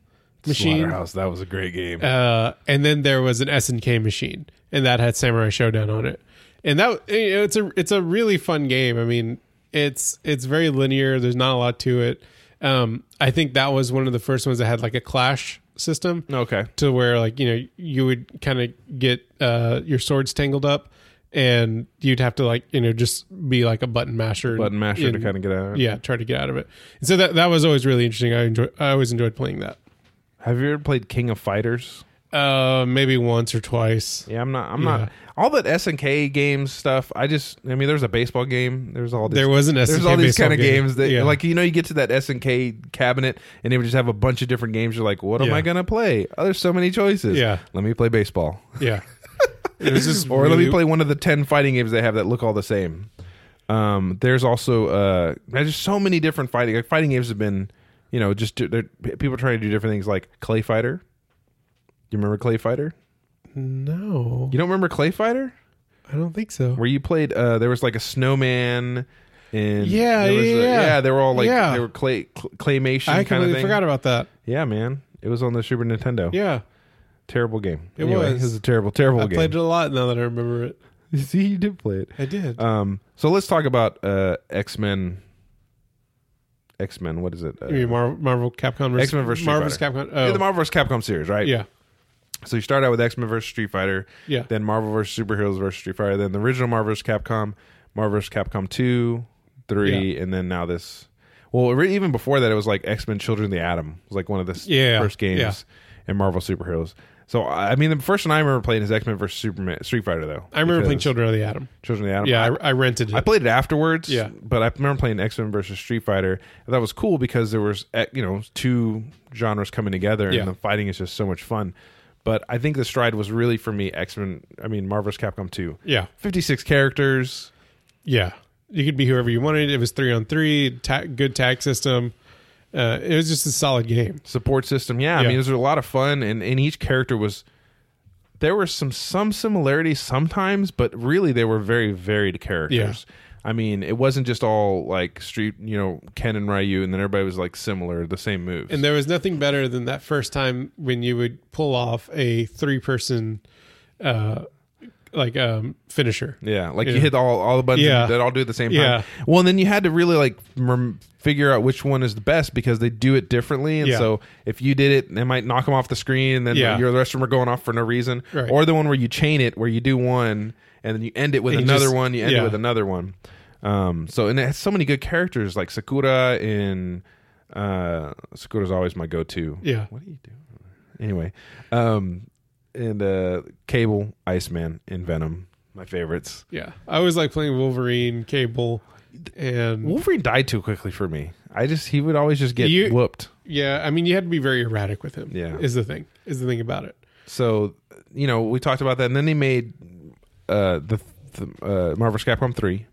[SPEAKER 2] machine,
[SPEAKER 1] Slaughterhouse. That was a great game.
[SPEAKER 2] uh, and then there was an S and K machine, and that had Samurai Showdown on it. And that you know, it's a it's a really fun game. I mean, it's it's very linear. There's not a lot to it. Um, I think that was one of the first ones that had like a clash system
[SPEAKER 1] okay.
[SPEAKER 2] to where like you know you would kind of get uh your swords tangled up and you'd have to like you know just be like a button masher
[SPEAKER 1] Button masher to
[SPEAKER 2] and-
[SPEAKER 1] kind of get out of it.
[SPEAKER 2] yeah try to get out of it and so that that was always really interesting i enjoy i always enjoyed playing that
[SPEAKER 1] Have you ever played King of Fighters?
[SPEAKER 2] uh maybe once or twice
[SPEAKER 1] Yeah, I'm not. I'm
[SPEAKER 2] Yeah.
[SPEAKER 1] not. All that S and K games stuff. I just. I mean, there's a baseball game. There's all. This,
[SPEAKER 2] there was an SNK
[SPEAKER 1] There's all these
[SPEAKER 2] baseball
[SPEAKER 1] kind of
[SPEAKER 2] game.
[SPEAKER 1] games that,
[SPEAKER 2] yeah.
[SPEAKER 1] like, you know, you get to that S and K cabinet, and they would just have a bunch of different games. You're like, what am
[SPEAKER 2] Yeah.
[SPEAKER 1] I gonna play? Oh, there's so many choices.
[SPEAKER 2] Yeah.
[SPEAKER 1] let me play baseball, [LAUGHS]
[SPEAKER 2] yeah it was just
[SPEAKER 1] or let
[SPEAKER 2] really-
[SPEAKER 1] me play one of the ten fighting games they have that look all the same. Um, there's also uh, there's just so many different fighting like fighting games have been, you know, just do, they're- people trying to do different things like Clay Fighter. You remember Clay Fighter?
[SPEAKER 2] no
[SPEAKER 1] You don't remember Clay Fighter?
[SPEAKER 2] i don't think so
[SPEAKER 1] where you played uh there was like a snowman and
[SPEAKER 2] Yeah,
[SPEAKER 1] there was
[SPEAKER 2] yeah,
[SPEAKER 1] a-
[SPEAKER 2] yeah.
[SPEAKER 1] yeah they were all like
[SPEAKER 2] Yeah.
[SPEAKER 1] they were clay cl- claymation kind
[SPEAKER 2] i
[SPEAKER 1] of
[SPEAKER 2] completely
[SPEAKER 1] thing
[SPEAKER 2] forgot about that
[SPEAKER 1] yeah man it was on the super nintendo
[SPEAKER 2] yeah
[SPEAKER 1] terrible game
[SPEAKER 2] It
[SPEAKER 1] Anyway,
[SPEAKER 2] was.
[SPEAKER 1] it was a terrible terrible
[SPEAKER 2] i
[SPEAKER 1] game [LAUGHS]
[SPEAKER 2] played it a lot now that i remember it
[SPEAKER 1] see you did play it
[SPEAKER 2] i did
[SPEAKER 1] um so let's talk about uh x-men X Men. What is it?
[SPEAKER 2] You mean Mar- Marvel Capcom versus
[SPEAKER 1] X Men versus Street
[SPEAKER 2] Marvel's
[SPEAKER 1] Fighter.
[SPEAKER 2] Capcom.
[SPEAKER 1] Yeah,
[SPEAKER 2] Oh,
[SPEAKER 1] the Marvel vs. Capcom series, right?
[SPEAKER 2] yeah,
[SPEAKER 1] So you start out with X Men versus Street Fighter,
[SPEAKER 2] Yeah.
[SPEAKER 1] Then Marvel versus Superheroes versus Street Fighter, then the original Marvel vs. Capcom, Marvel vs. Capcom two, three, and then now this. Well, re- even before that, it was like X Men Children of the Atom was like one of the s-
[SPEAKER 2] Yeah,
[SPEAKER 1] first games,
[SPEAKER 2] yeah.
[SPEAKER 1] and Marvel superheroes. So I I mean, the first one I remember playing is X Men versus Superman Street Fighter though.
[SPEAKER 2] I remember playing
[SPEAKER 1] because
[SPEAKER 2] Children of the Atom.
[SPEAKER 1] Children of the Atom.
[SPEAKER 2] Yeah, I, I rented it.
[SPEAKER 1] I played it afterwards.
[SPEAKER 2] Yeah.
[SPEAKER 1] but I remember playing X Men versus Street Fighter. And that was cool because there was eh, you know two genres coming together, and
[SPEAKER 2] Yeah.
[SPEAKER 1] the fighting is just so much fun. But I think the stride was really for me X Men. I mean, Marvel's Capcom two.
[SPEAKER 2] yeah,
[SPEAKER 1] 56 characters.
[SPEAKER 2] yeah. You could be whoever you wanted. It was three on three. Ta- good tag system. Uh, it was just a solid game.
[SPEAKER 1] support system. Yeah, I
[SPEAKER 2] Yeah.
[SPEAKER 1] mean, it was a lot of fun, and, and each character was there were some some similarities sometimes, but really they were very varied characters. I mean, it wasn't just all like street, you know, Ken and Ryu, and then everybody was like similar, the same moves.
[SPEAKER 2] And there was nothing better than that first time when you would pull off a three person, uh, like um, finisher.
[SPEAKER 1] yeah, like you
[SPEAKER 2] Yeah.
[SPEAKER 1] hit all all the buttons
[SPEAKER 2] Yeah.
[SPEAKER 1] that all do at the same time.
[SPEAKER 2] Yeah.
[SPEAKER 1] Well, and then you had to really like rem- figure out which one is the best because they do it differently, and
[SPEAKER 2] Yeah.
[SPEAKER 1] so if you did it, they might knock them off the screen, and then
[SPEAKER 2] Yeah.
[SPEAKER 1] your the rest of them are going off for no reason.
[SPEAKER 2] Right.
[SPEAKER 1] Or the one where you chain it, where you do one and then you end it with
[SPEAKER 2] And you
[SPEAKER 1] another
[SPEAKER 2] just-
[SPEAKER 1] one, you end it
[SPEAKER 2] yeah.
[SPEAKER 1] with another one. Um, so and it has so many good characters like Sakura and uh, Sakura's always my go-to.
[SPEAKER 2] Yeah.
[SPEAKER 1] What are you doing? Anyway, um, and uh, Cable, Iceman, and Venom, my favorites.
[SPEAKER 2] Yeah, I always like playing Wolverine, Cable, and
[SPEAKER 1] Wolverine died too quickly for me. I just he would always just get
[SPEAKER 2] You-
[SPEAKER 1] whooped.
[SPEAKER 2] yeah. I mean, you had to be very erratic with him.
[SPEAKER 1] Yeah.
[SPEAKER 2] is the thing. Is the thing about it.
[SPEAKER 1] So you know we talked about that, and then they made uh, the, the uh, Marvel's Capcom three,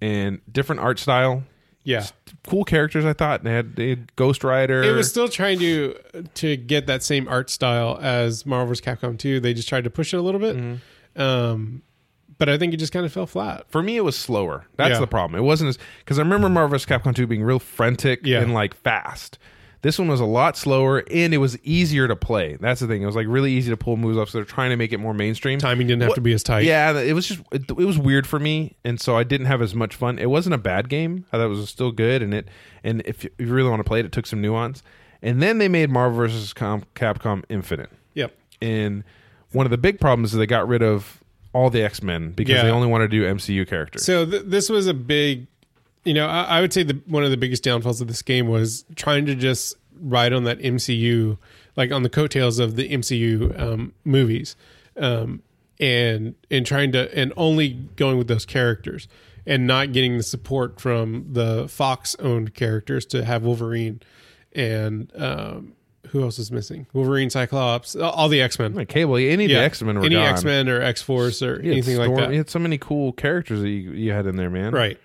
[SPEAKER 1] and different art style,
[SPEAKER 2] Yeah,
[SPEAKER 1] cool characters. I thought they had, they had Ghost Rider.
[SPEAKER 2] it was still trying to to get that same art style as Marvel's Capcom 2. They just tried to push it a little bit,
[SPEAKER 1] Mm-hmm.
[SPEAKER 2] um, but I think it just kind of fell flat.
[SPEAKER 1] for me, it was slower. That's
[SPEAKER 2] Yeah.
[SPEAKER 1] the problem. It wasn't as because I remember Marvel's Capcom two being real frantic
[SPEAKER 2] Yeah.
[SPEAKER 1] and like fast. This one was a lot slower and it was easier to play. That's the thing. It was like really easy to pull moves off. So they're trying to make it more mainstream.
[SPEAKER 2] Timing didn't have
[SPEAKER 1] What-
[SPEAKER 2] to be as tight.
[SPEAKER 1] Yeah, it was just it, it was weird for me, and so I didn't have as much fun. It wasn't a bad game; I thought it was still good, and it and if you if you really want to play it, it took some nuance. And then they made Marvel vs. Com- Capcom Infinite,
[SPEAKER 2] Yep.
[SPEAKER 1] and one of the big problems is they got rid of all the X Men because
[SPEAKER 2] Yeah.
[SPEAKER 1] they only wanted to do MCU characters.
[SPEAKER 2] So th- this was a big, you know, I, I would say the one of the biggest downfalls of this game was trying to just ride on that MCU, like on the coattails of the MCU um, movies, um, and and trying to and only going with those characters and not getting the support from the Fox owned characters to have Wolverine and um, who else is missing? Wolverine, Cyclops, all- all the X Men.
[SPEAKER 1] Like Cable, any of the X Men were
[SPEAKER 2] any
[SPEAKER 1] gone.
[SPEAKER 2] X Men or X Force or
[SPEAKER 1] You had
[SPEAKER 2] anything like
[SPEAKER 1] Storm-
[SPEAKER 2] that.
[SPEAKER 1] You had so many cool characters that you, you had in there, man.
[SPEAKER 2] Right.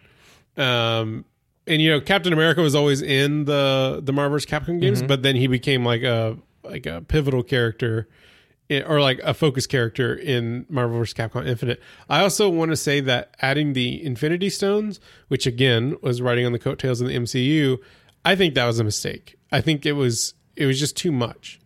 [SPEAKER 2] Um, and you know, Captain America was always in the the Marvel's Capcom games, but then he became like a like a pivotal character, in, or like a focus character in Marvel vs. Capcom Infinite. I also want to say that adding the Infinity Stones, which again was riding on the coattails of the MCU, I think that was a mistake. I think it was it was just too much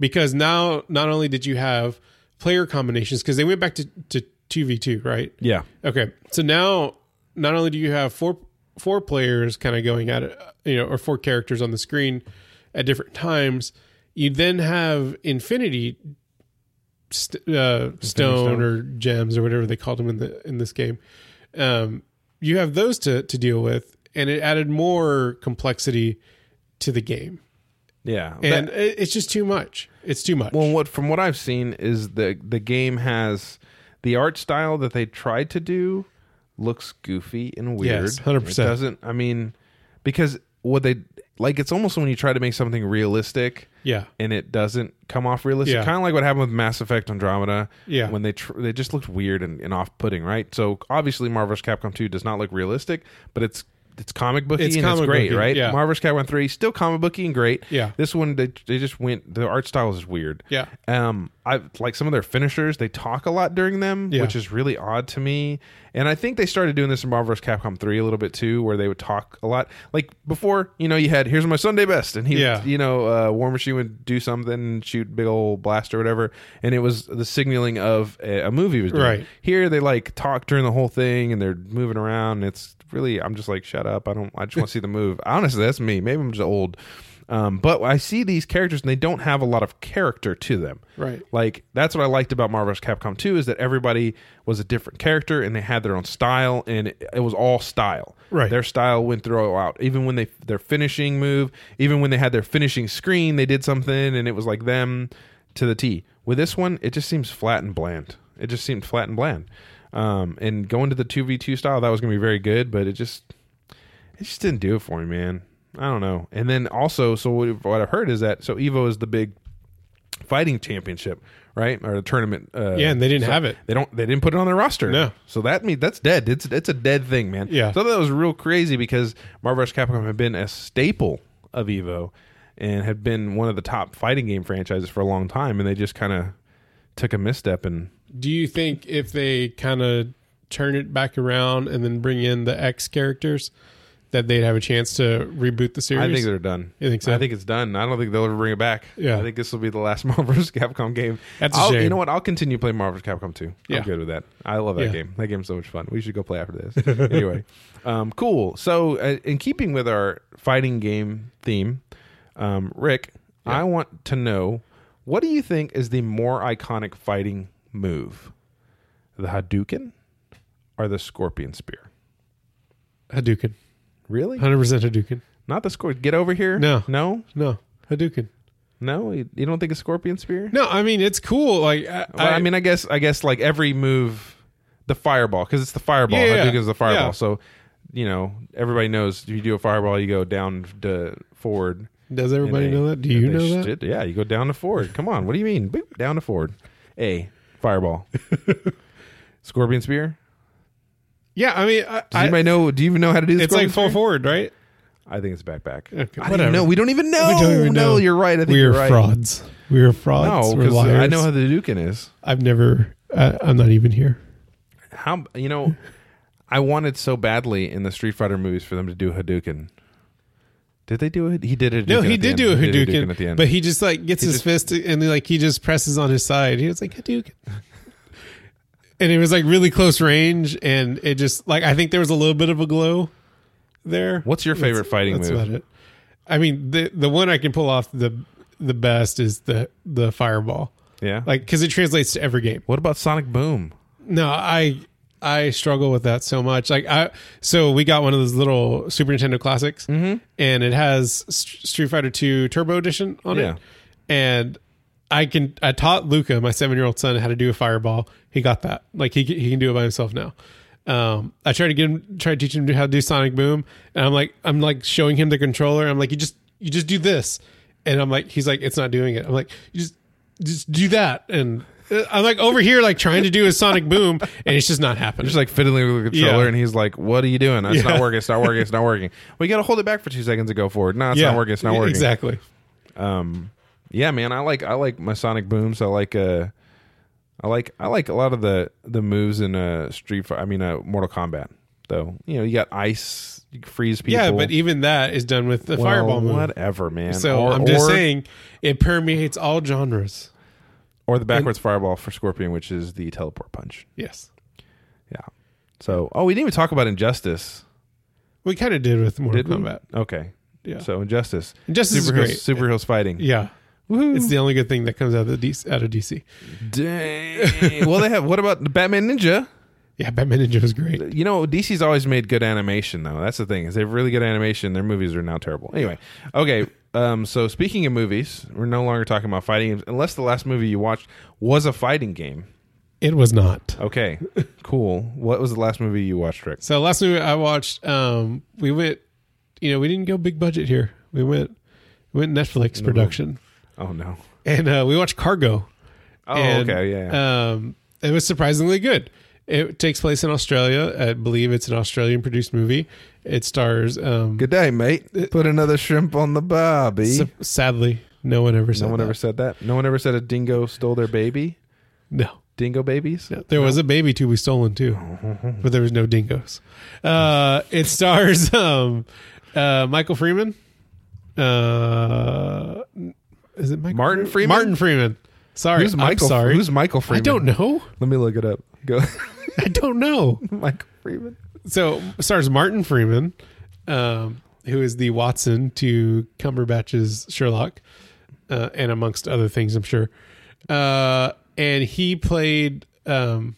[SPEAKER 2] because now not only did you have player combinations because they went back to to two v two right
[SPEAKER 1] Yeah.
[SPEAKER 2] Okay, so now not only do you have four four players kind of going at it, you know, or four characters on the screen at different times, you then have infinity st- uh, stone,
[SPEAKER 1] stone.
[SPEAKER 2] or gems or whatever they called them in the in this game. Um, you have those to to deal with, and it added more complexity to the game,
[SPEAKER 1] Yeah.
[SPEAKER 2] and it, it's just too much. It's too much.
[SPEAKER 1] Well, what from what I've seen is the the game has the art style that they tried to do looks goofy and weird.
[SPEAKER 2] Yes, 100%.
[SPEAKER 1] It doesn't. I mean, because what they like, it's almost when you try to make something realistic
[SPEAKER 2] yeah,
[SPEAKER 1] and it doesn't come off realistic.
[SPEAKER 2] Yeah.
[SPEAKER 1] Kind of like what happened with Mass Effect Andromeda.
[SPEAKER 2] Yeah.
[SPEAKER 1] When they tr- they just looked weird and, and off putting, right? So obviously, Marvel's Capcom Two does not look realistic, but it's it's comic booky
[SPEAKER 2] It's
[SPEAKER 1] and it's
[SPEAKER 2] comic
[SPEAKER 1] great,
[SPEAKER 2] booky,
[SPEAKER 1] right?
[SPEAKER 2] yeah.
[SPEAKER 1] Marvel's Capcom Three still comic booky and great.
[SPEAKER 2] Yeah.
[SPEAKER 1] This one they they just went the art style is weird.
[SPEAKER 2] Yeah.
[SPEAKER 1] Um, I like some of their finishers. They talk a lot during them,
[SPEAKER 2] Yeah.
[SPEAKER 1] which is really odd to me. And I think they started doing this in Marvel vs. Capcom three a little bit too, where they would talk a lot. Like before, you know, you had here's my Sunday best, and he, would,
[SPEAKER 2] Yeah.
[SPEAKER 1] you know, uh, War Machine would do something, shoot big old blast or whatever, and it was the signaling of a, a movie was doing.
[SPEAKER 2] Right.
[SPEAKER 1] Here they like talk during the whole thing, and they're moving around. And it's really, I'm just like, shut that up. I don't. I just want to see the move. [LAUGHS] Honestly, that's me. Maybe I'm just old. Um, but I see these characters and they don't have a lot of character to them.
[SPEAKER 2] Right.
[SPEAKER 1] Like that's what I liked about Marvel vs. Capcom 2 is that everybody was a different character and they had their own style and it, it was all style.
[SPEAKER 2] Right.
[SPEAKER 1] Their style went throughout. Even when they their finishing move, even when they had their finishing screen, they did something and it was like them to the T. With this one, it just seems flat and bland. It just seemed flat and bland. Um, and going to the 2v2 style, that was going to be very good, but it just it just didn't do it for me, man. I don't know. And then also, so what, what I've heard is that so Evo is the big fighting championship, right, or the tournament. Uh,
[SPEAKER 2] Yeah, and they didn't have it.
[SPEAKER 1] They don't. They didn't put it on their roster.
[SPEAKER 2] No.
[SPEAKER 1] So that means that's dead. It's it's a dead thing, man.
[SPEAKER 2] Yeah.
[SPEAKER 1] So that was real crazy because Marvel vs. Capcom had been a staple of Evo, and had been one of the top fighting game franchises for a long time, and they just kind of took a misstep and
[SPEAKER 2] Do you think if they kind of turn it back around and then bring in the X characters, that they'd have a chance to reboot the series?
[SPEAKER 1] I think they're done.
[SPEAKER 2] You think so?
[SPEAKER 1] I think it's done. I don't think they'll ever bring it back.
[SPEAKER 2] Yeah.
[SPEAKER 1] I think this will be the last [LAUGHS] Marvel vs. Capcom game.
[SPEAKER 2] That's a
[SPEAKER 1] I'll- You
[SPEAKER 2] shame.
[SPEAKER 1] know what? I'll continue playing Marvel vs. Capcom 2.
[SPEAKER 2] Yeah.
[SPEAKER 1] I'm good with that. I love that
[SPEAKER 2] Yeah.
[SPEAKER 1] game. That game's so much fun. We should go play after
[SPEAKER 2] [LAUGHS]
[SPEAKER 1] this. anyway, um, cool. So, uh, in keeping with our fighting game theme, um, Rick, I want to know what do you think is the more iconic fighting move? The Hadouken or the Scorpion Spear?
[SPEAKER 2] Hadouken,
[SPEAKER 1] Really?
[SPEAKER 2] hundred percent Hadouken.
[SPEAKER 1] Not the Scorpion. Get over here.
[SPEAKER 2] No.
[SPEAKER 1] No?
[SPEAKER 2] No, Hadouken.
[SPEAKER 1] No, you you don't think a scorpion spear?
[SPEAKER 2] No, I mean it's cool. Like I,
[SPEAKER 1] Well, I, mean, I guess, I guess, like every move, the fireball, because it's the fireball.
[SPEAKER 2] Yeah,
[SPEAKER 1] I
[SPEAKER 2] yeah,
[SPEAKER 1] think it's the fireball.
[SPEAKER 2] yeah.
[SPEAKER 1] So, you know, everybody knows if you do a fireball, you go down to forward.
[SPEAKER 2] does
[SPEAKER 1] and
[SPEAKER 2] everybody
[SPEAKER 1] they-
[SPEAKER 2] know that? Do
[SPEAKER 1] and
[SPEAKER 2] you
[SPEAKER 1] they
[SPEAKER 2] know
[SPEAKER 1] sh-
[SPEAKER 2] that?
[SPEAKER 1] yeah, you go down to forward. Come on, what do you mean? Boop, down to forward. A
[SPEAKER 2] [LAUGHS]
[SPEAKER 1] fireball, scorpion spear.
[SPEAKER 2] Yeah, I mean, I,
[SPEAKER 1] Does
[SPEAKER 2] I-
[SPEAKER 1] anybody know? Do you even know how to do? The
[SPEAKER 2] it's like
[SPEAKER 1] scorpion
[SPEAKER 2] full
[SPEAKER 1] spear?
[SPEAKER 2] forward, right?
[SPEAKER 1] I think it's back back.
[SPEAKER 2] Okay,
[SPEAKER 1] I
[SPEAKER 2] whatever.
[SPEAKER 1] don't know. We don't even know.
[SPEAKER 2] We don't even
[SPEAKER 1] No,
[SPEAKER 2] know.
[SPEAKER 1] you're right. I think
[SPEAKER 2] We
[SPEAKER 1] you're
[SPEAKER 2] are
[SPEAKER 1] right.
[SPEAKER 2] frauds. We are frauds.
[SPEAKER 1] No,
[SPEAKER 2] We're
[SPEAKER 1] because
[SPEAKER 2] liars.
[SPEAKER 1] I know how the Dukin is.
[SPEAKER 2] I've never. I, I'm not even here.
[SPEAKER 1] How you know? I wanted so badly in the Street Fighter movies for them to do Hadouken. Did they do it? He did it.
[SPEAKER 2] No, he did do a Hadouken,
[SPEAKER 1] at the end.
[SPEAKER 2] but he just like gets his
[SPEAKER 1] just-
[SPEAKER 2] fist and then, like he just presses on his side. He was like
[SPEAKER 1] [LAUGHS]
[SPEAKER 2] Hadouken, and it was like really close range, and it just like I think there was a little bit of a glow there.
[SPEAKER 1] What's your favorite fighting
[SPEAKER 2] That's
[SPEAKER 1] move?
[SPEAKER 2] about it. I mean, the the one I can pull off the the best is the the fireball,
[SPEAKER 1] Yeah. Like
[SPEAKER 2] like because it translates to every game.
[SPEAKER 1] what about Sonic Boom?
[SPEAKER 2] No, I I struggle with that so much. Like I, so we got one of those little Super Nintendo classics, and it has St- Street Fighter Two Turbo Edition on
[SPEAKER 1] Yeah.
[SPEAKER 2] it, and I can I taught Luca, my seven year old son, how to do a fireball. He got that. Like he he can do it by himself now. Um, I tried to get him, try to teach him how to do Sonic Boom, and I'm like I'm like showing him the controller. I'm like you just you just do this, and I'm like he's like it's not doing it. I'm like you just just do that and. uh, I'm like over here, like trying to do a Sonic Boom, and it's just not happening.
[SPEAKER 1] Just like fiddling with the controller,
[SPEAKER 2] Yeah.
[SPEAKER 1] and he's like, "What are you doing? It's not
[SPEAKER 2] Yeah.
[SPEAKER 1] working. It's not working. It's not working." Well, you got to hold it back for two seconds to go forward. No, it's not working. It's not working.
[SPEAKER 2] Exactly.
[SPEAKER 1] um yeah man i like i like my sonic booms i like uh i like i like a lot of the the moves in uh street Fi- i mean uh mortal kombat though you know you got ice you can freeze people
[SPEAKER 2] Yeah, but even that is done with the
[SPEAKER 1] Well,
[SPEAKER 2] fireball move.
[SPEAKER 1] whatever man
[SPEAKER 2] So
[SPEAKER 1] Or-
[SPEAKER 2] I'm just
[SPEAKER 1] or-
[SPEAKER 2] saying it permeates all genres.
[SPEAKER 1] or the backwards fireball for scorpion which is the teleport punch
[SPEAKER 2] Yes.
[SPEAKER 1] yeah so oh we didn't even talk about injustice
[SPEAKER 2] We kind of did with Mortal
[SPEAKER 1] did we
[SPEAKER 2] Kombat.
[SPEAKER 1] okay
[SPEAKER 2] Yeah.
[SPEAKER 1] so injustice
[SPEAKER 2] Injustice is
[SPEAKER 1] superheroes
[SPEAKER 2] great.
[SPEAKER 1] superheroes fighting
[SPEAKER 2] Yeah. [LAUGHS]
[SPEAKER 1] Woohoo.
[SPEAKER 2] It's the only good thing that comes out of the DC, out of DC.
[SPEAKER 1] Dang. well they have what about the batman ninja
[SPEAKER 2] Yeah, Batman Ninja was great.
[SPEAKER 1] you know DC's always made good animation though. That's the thing is they have really good animation. Their movies are now terrible. Anyway, okay. Um, so speaking of movies, we're no longer talking about fighting games unless the last movie you watched was a fighting game.
[SPEAKER 2] It was not. [LAUGHS]
[SPEAKER 1] Okay, cool. What was the last movie you watched, Rick?
[SPEAKER 2] So last movie I watched, um, we went, you know, we didn't go big budget here. We went, we went Netflix production,
[SPEAKER 1] Oh no.
[SPEAKER 2] and uh, we watched Cargo.
[SPEAKER 1] Oh
[SPEAKER 2] And,
[SPEAKER 1] okay, yeah. yeah.
[SPEAKER 2] Um, it was surprisingly good. It takes place in Australia. I believe it's an Australian produced movie. It stars, um,
[SPEAKER 1] good day, mate. Put another shrimp on the barbie.
[SPEAKER 2] s- sadly, no one ever said
[SPEAKER 1] no one
[SPEAKER 2] that.
[SPEAKER 1] ever said that. No one ever said a dingo stole their baby.
[SPEAKER 2] No.
[SPEAKER 1] Dingo babies.
[SPEAKER 2] No, There was a baby to be stolen too, but there was no dingoes. Uh, it stars [LAUGHS] um, uh, Michael Freeman. Uh, is it Michael
[SPEAKER 1] Martin Freeman?
[SPEAKER 2] Martin Freeman. Sorry,
[SPEAKER 1] Who's Michael?
[SPEAKER 2] I'm sorry.
[SPEAKER 1] Who's Michael
[SPEAKER 2] I
[SPEAKER 1] Freeman?
[SPEAKER 2] don't know. [LAUGHS]
[SPEAKER 1] Let me look it up. Go, [LAUGHS]
[SPEAKER 2] I don't know.
[SPEAKER 1] Michael Freeman.
[SPEAKER 2] So stars Martin Freeman, um, who is the Watson to Cumberbatch's Sherlock, uh, and amongst other things, I'm sure. Uh, and he played um,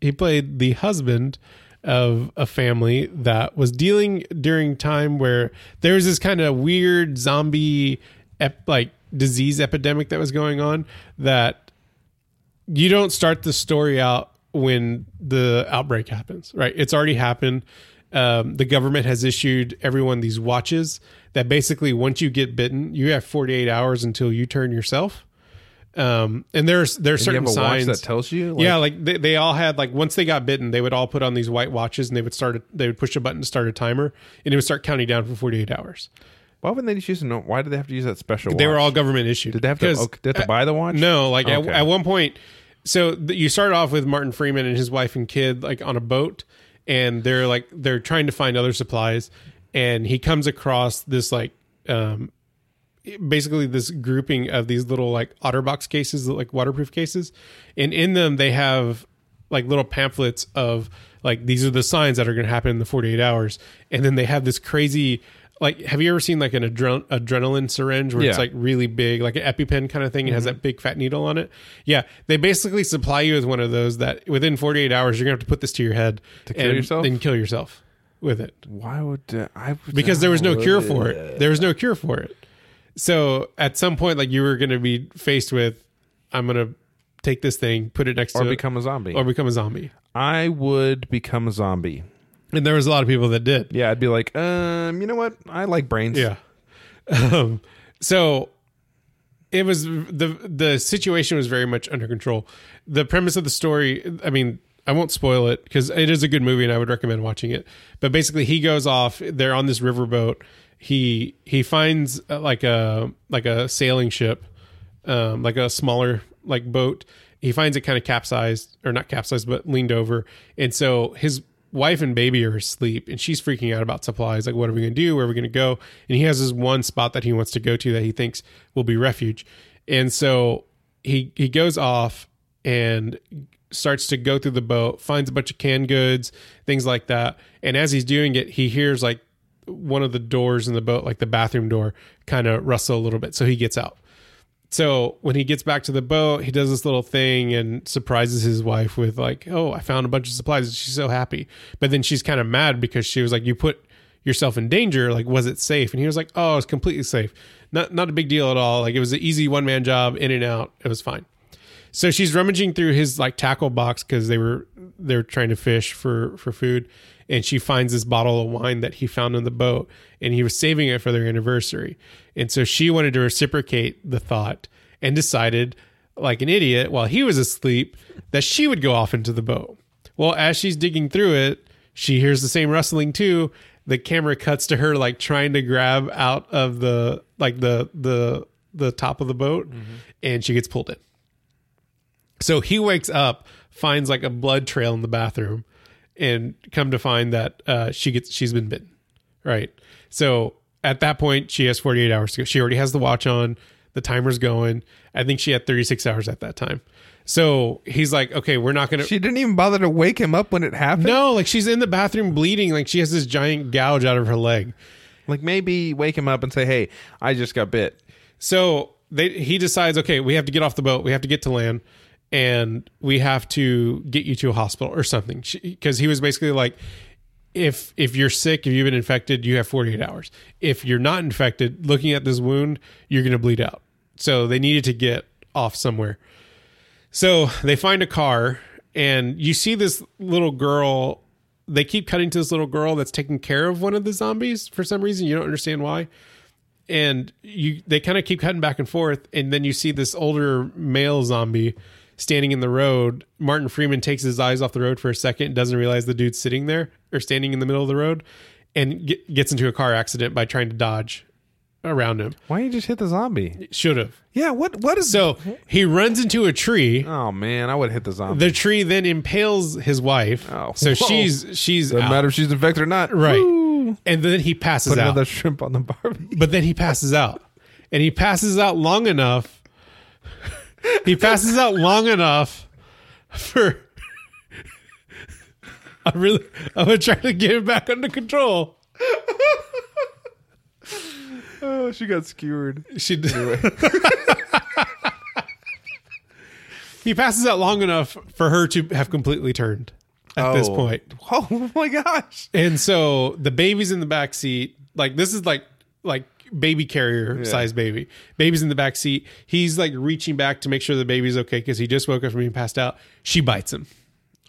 [SPEAKER 2] he played the husband of a family that was dealing during time where there was this kind of weird zombie ep- like disease epidemic that was going on that you don't start the story out when the outbreak happens, right? It's already happened. Um, the government has issued everyone these watches that basically, once you get bitten, you have 48 hours until you turn yourself. Um, and there's there's
[SPEAKER 1] you
[SPEAKER 2] certain
[SPEAKER 1] have a
[SPEAKER 2] signs
[SPEAKER 1] watch that tells you.
[SPEAKER 2] yeah, like they, they all had like once they got bitten, they would all put on these white watches and they would start a, they would push a button to start a timer and it would start counting down for 48 hours.
[SPEAKER 1] Why wouldn't they just use a no? Why did they have to use that special?
[SPEAKER 2] They were
[SPEAKER 1] watch?
[SPEAKER 2] all government issued.
[SPEAKER 1] Did they have to? Oh, did they have to buy the watch?
[SPEAKER 2] No, like
[SPEAKER 1] Okay.
[SPEAKER 2] at, at one point, so th- you start off with Martin Freeman and his wife and kid like on a boat, and they're like they're trying to find other supplies, and he comes across this like um, basically this grouping of these little like OtterBox cases, like waterproof cases, and in them they have like little pamphlets of like these are the signs that are going to happen in the 48 hours, and then they have this crazy. Like, have you ever seen like an adren- adrenaline syringe where it's
[SPEAKER 1] Yeah. Mm-hmm.
[SPEAKER 2] like really big, like an EpiPen kind of thing. It has that big fat needle on it. Yeah, they basically supply you with one of those that within 48 hours you're gonna have to put this to your head to
[SPEAKER 1] kill
[SPEAKER 2] and
[SPEAKER 1] yourself?
[SPEAKER 2] then kill yourself with it
[SPEAKER 1] Why would uh, I? would-
[SPEAKER 2] because there was no
[SPEAKER 1] I
[SPEAKER 2] cure
[SPEAKER 1] would-
[SPEAKER 2] for it. There was no cure for it. So at some point, like you were gonna be faced with, I'm gonna take this thing, put it next
[SPEAKER 1] Or
[SPEAKER 2] to
[SPEAKER 1] become a zombie.
[SPEAKER 2] it, or become a zombie.
[SPEAKER 1] I would become a zombie.
[SPEAKER 2] And there was a lot of people that did.
[SPEAKER 1] Yeah, I'd be like, um, you know what? I like brains.
[SPEAKER 2] Yeah. Um, so it was the the situation was very much under control. The premise of the story, I mean, I won't spoil it because it is a good movie and I would recommend watching it. But basically, he goes off. They're on this riverboat. He he finds uh, like a like a sailing ship, um, like a smaller like boat. He finds it kind of capsized or not capsized, but leaned over, and so his wife and baby are asleep, and she's freaking out about supplies. Like, what are we gonna do? Where are we gonna go? And he has this one spot that he wants to go to that he thinks will be refuge, and so he he goes off and starts to go through the boat, finds a bunch of canned goods, things like that, and as he's doing it, he hears like one of the doors in the boat, like the bathroom door, kind of rustle a little bit, so he gets out so when he gets back to the boat, he does this little thing and surprises his wife with like, "Oh, I found a bunch of supplies." And she's so happy, but then she's kind of mad because she was like, "You put yourself in danger. Like, was it safe?" And he was like, "Oh, it's completely safe. Not not a big deal at all. Like, it was an easy one man job, in and out. It was fine." So she's rummaging through his like tackle box because they were they're trying to fish for for food, and she finds this bottle of wine that he found in the boat, and he was saving it for their anniversary, and so she wanted to reciprocate the thought and decided, like an idiot, while he was asleep, that she would go off into the boat. Well, as she's digging through it, she hears the same rustling too. The camera cuts to her like trying to grab out of the like the the the top of the boat, and she gets pulled in. So he wakes up, finds like a blood trail in the bathroom, and come to find that uh, she gets she's been bitten. Right. So at that point, she has 48 hours to go. She already has the watch on. The timer's going. I think she had 36 hours at that time. So he's like, okay, we're not gonna.
[SPEAKER 1] She didn't even bother to wake him up when it happened.
[SPEAKER 2] no, like she's in the bathroom bleeding. Like she has this giant gouge out of her leg.
[SPEAKER 1] Like maybe wake him up and say, "Hey, I just got bit."
[SPEAKER 2] So they he decides, okay, we have to get off the boat. We have to get to land, and we have to get you to a hospital or something. Because he was basically like, if if you're sick, if you've been infected, you have 48 hours. If you're not infected, looking at this wound, you're going to bleed out. So they needed to get off somewhere. So they find a car, and you see this little girl. They keep cutting to this little girl that's taking care of one of the zombies for some reason. You don't understand why and you they kind of keep cutting back and forth and then you see this older male zombie standing in the road martin freeman takes his eyes off the road for a second and doesn't realize the dude's sitting there or standing in the middle of the road and get, gets into a car accident by trying to dodge around him
[SPEAKER 1] Why didn't you just hit the zombie?
[SPEAKER 2] should have
[SPEAKER 1] Yeah. What? What is?
[SPEAKER 2] so he runs into a tree
[SPEAKER 1] oh man, I would hit the zombie.
[SPEAKER 2] the tree then impales his wife
[SPEAKER 1] Oh,
[SPEAKER 2] so
[SPEAKER 1] whoa.
[SPEAKER 2] she's she's
[SPEAKER 1] Doesn't
[SPEAKER 2] out.
[SPEAKER 1] matter if she's infected or not.
[SPEAKER 2] right
[SPEAKER 1] Woo.
[SPEAKER 2] and then he passes out
[SPEAKER 1] Another shrimp on the
[SPEAKER 2] [LAUGHS]
[SPEAKER 1] barbie.
[SPEAKER 2] but then he passes out and he passes out long enough [LAUGHS] he passes out long enough for [LAUGHS] i really i'm gonna try to get him back under control
[SPEAKER 1] Oh, she got skewered.
[SPEAKER 2] She did. [LAUGHS] he passes out long enough for her to have completely turned at this
[SPEAKER 1] Oh.
[SPEAKER 2] point.
[SPEAKER 1] [LAUGHS] Oh my gosh.
[SPEAKER 2] And so the baby's in the back seat. Like this is like like baby carrier size baby. Baby's in the back seat. He's like reaching back to make sure the baby's okay because he just woke up from being passed out. She bites him.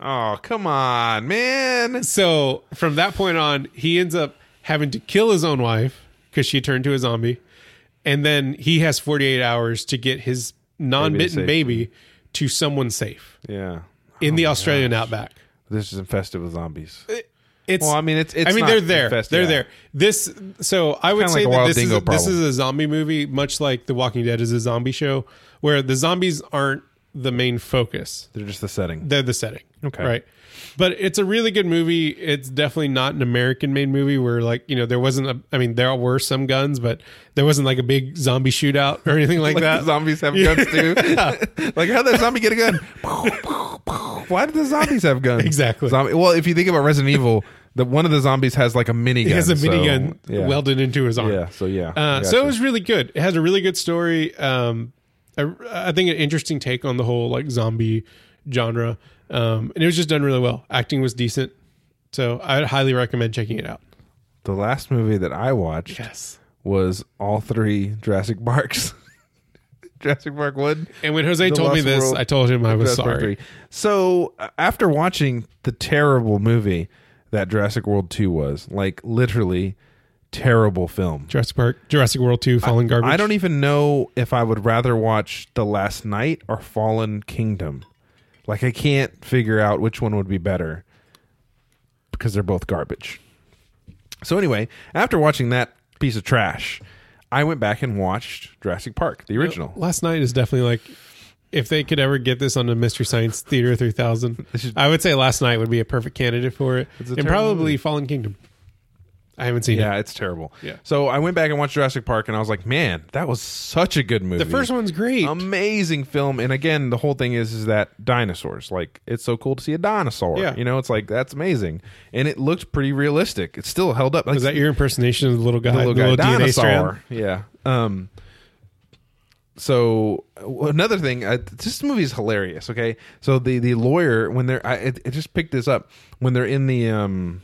[SPEAKER 1] Oh, come on, man.
[SPEAKER 2] So from that point on, he ends up having to kill his own wife because she turned to a zombie. And then he has 48 hours to get his non bitten
[SPEAKER 1] safe. Oh
[SPEAKER 2] baby to someone safe
[SPEAKER 1] Yeah.
[SPEAKER 2] in the Australian outback.
[SPEAKER 1] This is infested with zombies.
[SPEAKER 2] It's,
[SPEAKER 1] Well, I mean, it's, it's
[SPEAKER 2] I mean,
[SPEAKER 1] not
[SPEAKER 2] they're there.
[SPEAKER 1] infested,
[SPEAKER 2] they're
[SPEAKER 1] yeah.
[SPEAKER 2] there. This, so I would
[SPEAKER 1] kinda
[SPEAKER 2] say
[SPEAKER 1] like a
[SPEAKER 2] that
[SPEAKER 1] wild
[SPEAKER 2] this is,
[SPEAKER 1] dingo
[SPEAKER 2] this
[SPEAKER 1] problem.
[SPEAKER 2] is a zombie movie, much like The Walking Dead is a zombie show, where the zombies aren't the main focus.
[SPEAKER 1] They're just the setting.
[SPEAKER 2] They're the setting.
[SPEAKER 1] Okay.
[SPEAKER 2] Right. But it's a really good movie. It's definitely not an American made movie where, like, you know, there wasn't a, I mean, there were some guns, but there wasn't like a big zombie shootout or anything
[SPEAKER 1] [LAUGHS]
[SPEAKER 2] like,
[SPEAKER 1] Like
[SPEAKER 2] that.
[SPEAKER 1] the zombies have guns
[SPEAKER 2] [LAUGHS]
[SPEAKER 1] too. [LAUGHS] like how did that zombie get a gun? [LAUGHS] Why do the zombies have guns?
[SPEAKER 2] Exactly.
[SPEAKER 1] Zombie, well, if you think about Resident Evil, the one of the zombies has like a minigun.
[SPEAKER 2] He has a minigun
[SPEAKER 1] so, yeah.
[SPEAKER 2] welded into his arm.
[SPEAKER 1] Yeah. So yeah.
[SPEAKER 2] Uh,
[SPEAKER 1] I
[SPEAKER 2] so it
[SPEAKER 1] gotcha.
[SPEAKER 2] was really good. It has a really good story. Um, I, I think an interesting take on the whole like zombie genre. Um, and it was just done really well. Acting was decent. So I'd highly recommend checking it out.
[SPEAKER 1] the last movie that I watched
[SPEAKER 2] Yes.
[SPEAKER 1] was all three Jurassic Parks. [LAUGHS] Jurassic Park One.
[SPEAKER 2] And when Jose
[SPEAKER 1] The
[SPEAKER 2] told me
[SPEAKER 1] Lost
[SPEAKER 2] this,
[SPEAKER 1] World-
[SPEAKER 2] I told him I was
[SPEAKER 1] Jurassic Park
[SPEAKER 2] sorry.
[SPEAKER 1] 3. So uh, after watching the terrible movie that Jurassic World Two was, like literally terrible film.
[SPEAKER 2] Jurassic Park, Jurassic World Two, Fallen Garbage.
[SPEAKER 1] I don't even know if I would rather watch The Last Night or Fallen Kingdom. Like I can't figure out which one would be better because they're both garbage. So anyway, after watching that piece of trash, I went back and watched Jurassic Park, the original.
[SPEAKER 2] Last night is definitely like, if they could ever get this on the Mystery Science Theater
[SPEAKER 1] [LAUGHS]
[SPEAKER 2] three thousand,
[SPEAKER 1] should-
[SPEAKER 2] I would say last night would be a perfect candidate for it,
[SPEAKER 1] a
[SPEAKER 2] and
[SPEAKER 1] terrible
[SPEAKER 2] probably
[SPEAKER 1] movie.
[SPEAKER 2] Fallen Kingdom. I haven't seen it.
[SPEAKER 1] Yeah, it's terrible.
[SPEAKER 2] Yeah.
[SPEAKER 1] So I went back and watched Jurassic Park, and I was like, man, that was such a good movie.
[SPEAKER 2] The first one's great.
[SPEAKER 1] amazing film and again the whole thing is is that dinosaurs like it's so cool to see a dinosaur
[SPEAKER 2] Yeah.
[SPEAKER 1] you know it's like that's amazing and it looked pretty realistic it still held up like
[SPEAKER 2] is that your impersonation of the little guy? The
[SPEAKER 1] little
[SPEAKER 2] little,
[SPEAKER 1] guy
[SPEAKER 2] DNA strand.
[SPEAKER 1] dinosaur yeah um so w- another thing uh, this movie is hilarious okay so the the lawyer when they're i, it, I just picked this up when they're in the um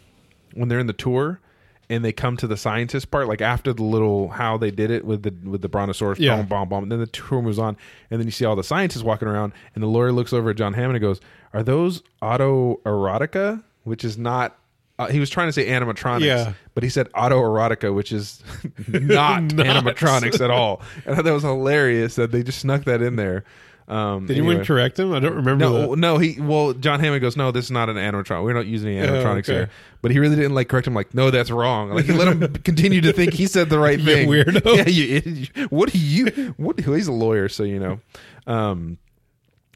[SPEAKER 1] when they're in the tour and they come to the scientist part, like after the little how they did it with the with the brontosaurus,
[SPEAKER 2] Yeah.
[SPEAKER 1] boom, bomb, bomb. And then the tour moves on, and then you see all the scientists walking around, and the lawyer looks over at John Hammond and goes, "Are those autoerotica?" Which is not. Uh, he was trying to say animatronics,
[SPEAKER 2] Yeah.
[SPEAKER 1] but he said autoerotica, which
[SPEAKER 2] [LAUGHS]
[SPEAKER 1] is not, animatronics at all. And I thought that was hilarious that they just snuck that in there. Um,
[SPEAKER 2] Did anyone
[SPEAKER 1] anyway.
[SPEAKER 2] correct him? I don't remember.
[SPEAKER 1] No,
[SPEAKER 2] that.
[SPEAKER 1] no, he well, John Hammond goes, No, this is not an animatronic. We're not using any animatronics
[SPEAKER 2] Oh, okay.
[SPEAKER 1] here. But he really didn't like correct him, like, no, that's wrong. Like he let
[SPEAKER 2] [LAUGHS]
[SPEAKER 1] him continue to think he said the right
[SPEAKER 2] You
[SPEAKER 1] thing. [LAUGHS]
[SPEAKER 2] weirdo.
[SPEAKER 1] Yeah, you, you- what do you what well, he's a lawyer, so you know. Um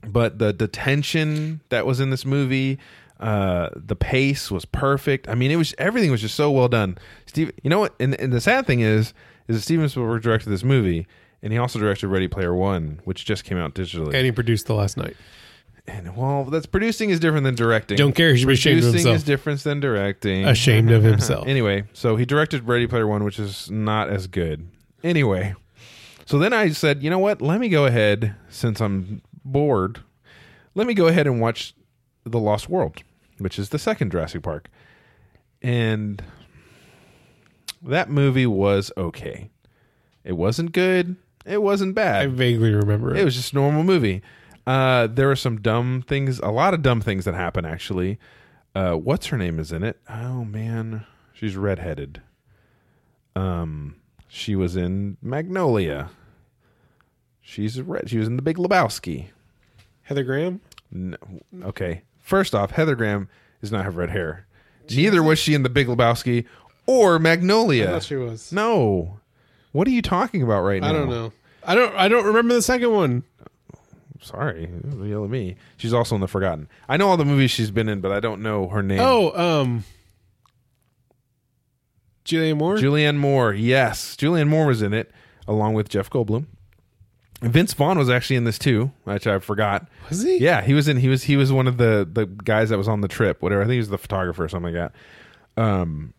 [SPEAKER 1] but the the tension that was in this movie, uh, the pace was perfect. I mean, it was everything was just so well done. Steve, you know what? And, and the sad thing is, is that Steven Spielberg directed this movie, and he also directed Ready Player One, which just came out digitally.
[SPEAKER 2] And he produced the last night.
[SPEAKER 1] And well, that's producing is different than directing.
[SPEAKER 2] Don't care. He should be ashamed of
[SPEAKER 1] producing is
[SPEAKER 2] himself.
[SPEAKER 1] different than directing.
[SPEAKER 2] Ashamed of himself.
[SPEAKER 1] Anyway, so he directed Ready Player One, which is not as good. Anyway, so then I said, you know what? Let me go ahead since I'm bored. Let me go ahead and watch The Lost World, which is the second Jurassic Park, and that movie was okay. It wasn't good. It wasn't bad.
[SPEAKER 2] I vaguely remember it.
[SPEAKER 1] It was just a normal movie. Uh, there were some dumb things, a lot of dumb things that happen actually. Uh, what's her name is in it? Oh man, she's redheaded. Um, she was in Magnolia. She's a red. She was in The Big Lebowski.
[SPEAKER 2] Heather Graham.
[SPEAKER 1] No, okay. First off, Heather Graham does not have red hair. Neither was she in The Big Lebowski or Magnolia.
[SPEAKER 2] thought she was.
[SPEAKER 1] No. What are you talking about right now?
[SPEAKER 2] I don't know. I don't. I don't remember the second one.
[SPEAKER 1] Sorry, don't yell at me. She's also in the Forgotten. I know all the movies she's been in, but I don't know her name.
[SPEAKER 2] Oh, um, Julianne Moore.
[SPEAKER 1] Julianne Moore. Yes, Julianne Moore was in it along with Jeff Goldblum. And Vince Vaughn was actually in this too, which I forgot.
[SPEAKER 2] Was he?
[SPEAKER 1] Yeah, he was in. He was he was one of the the guys that was on the trip. Whatever. I think he was the photographer or something like that. Um,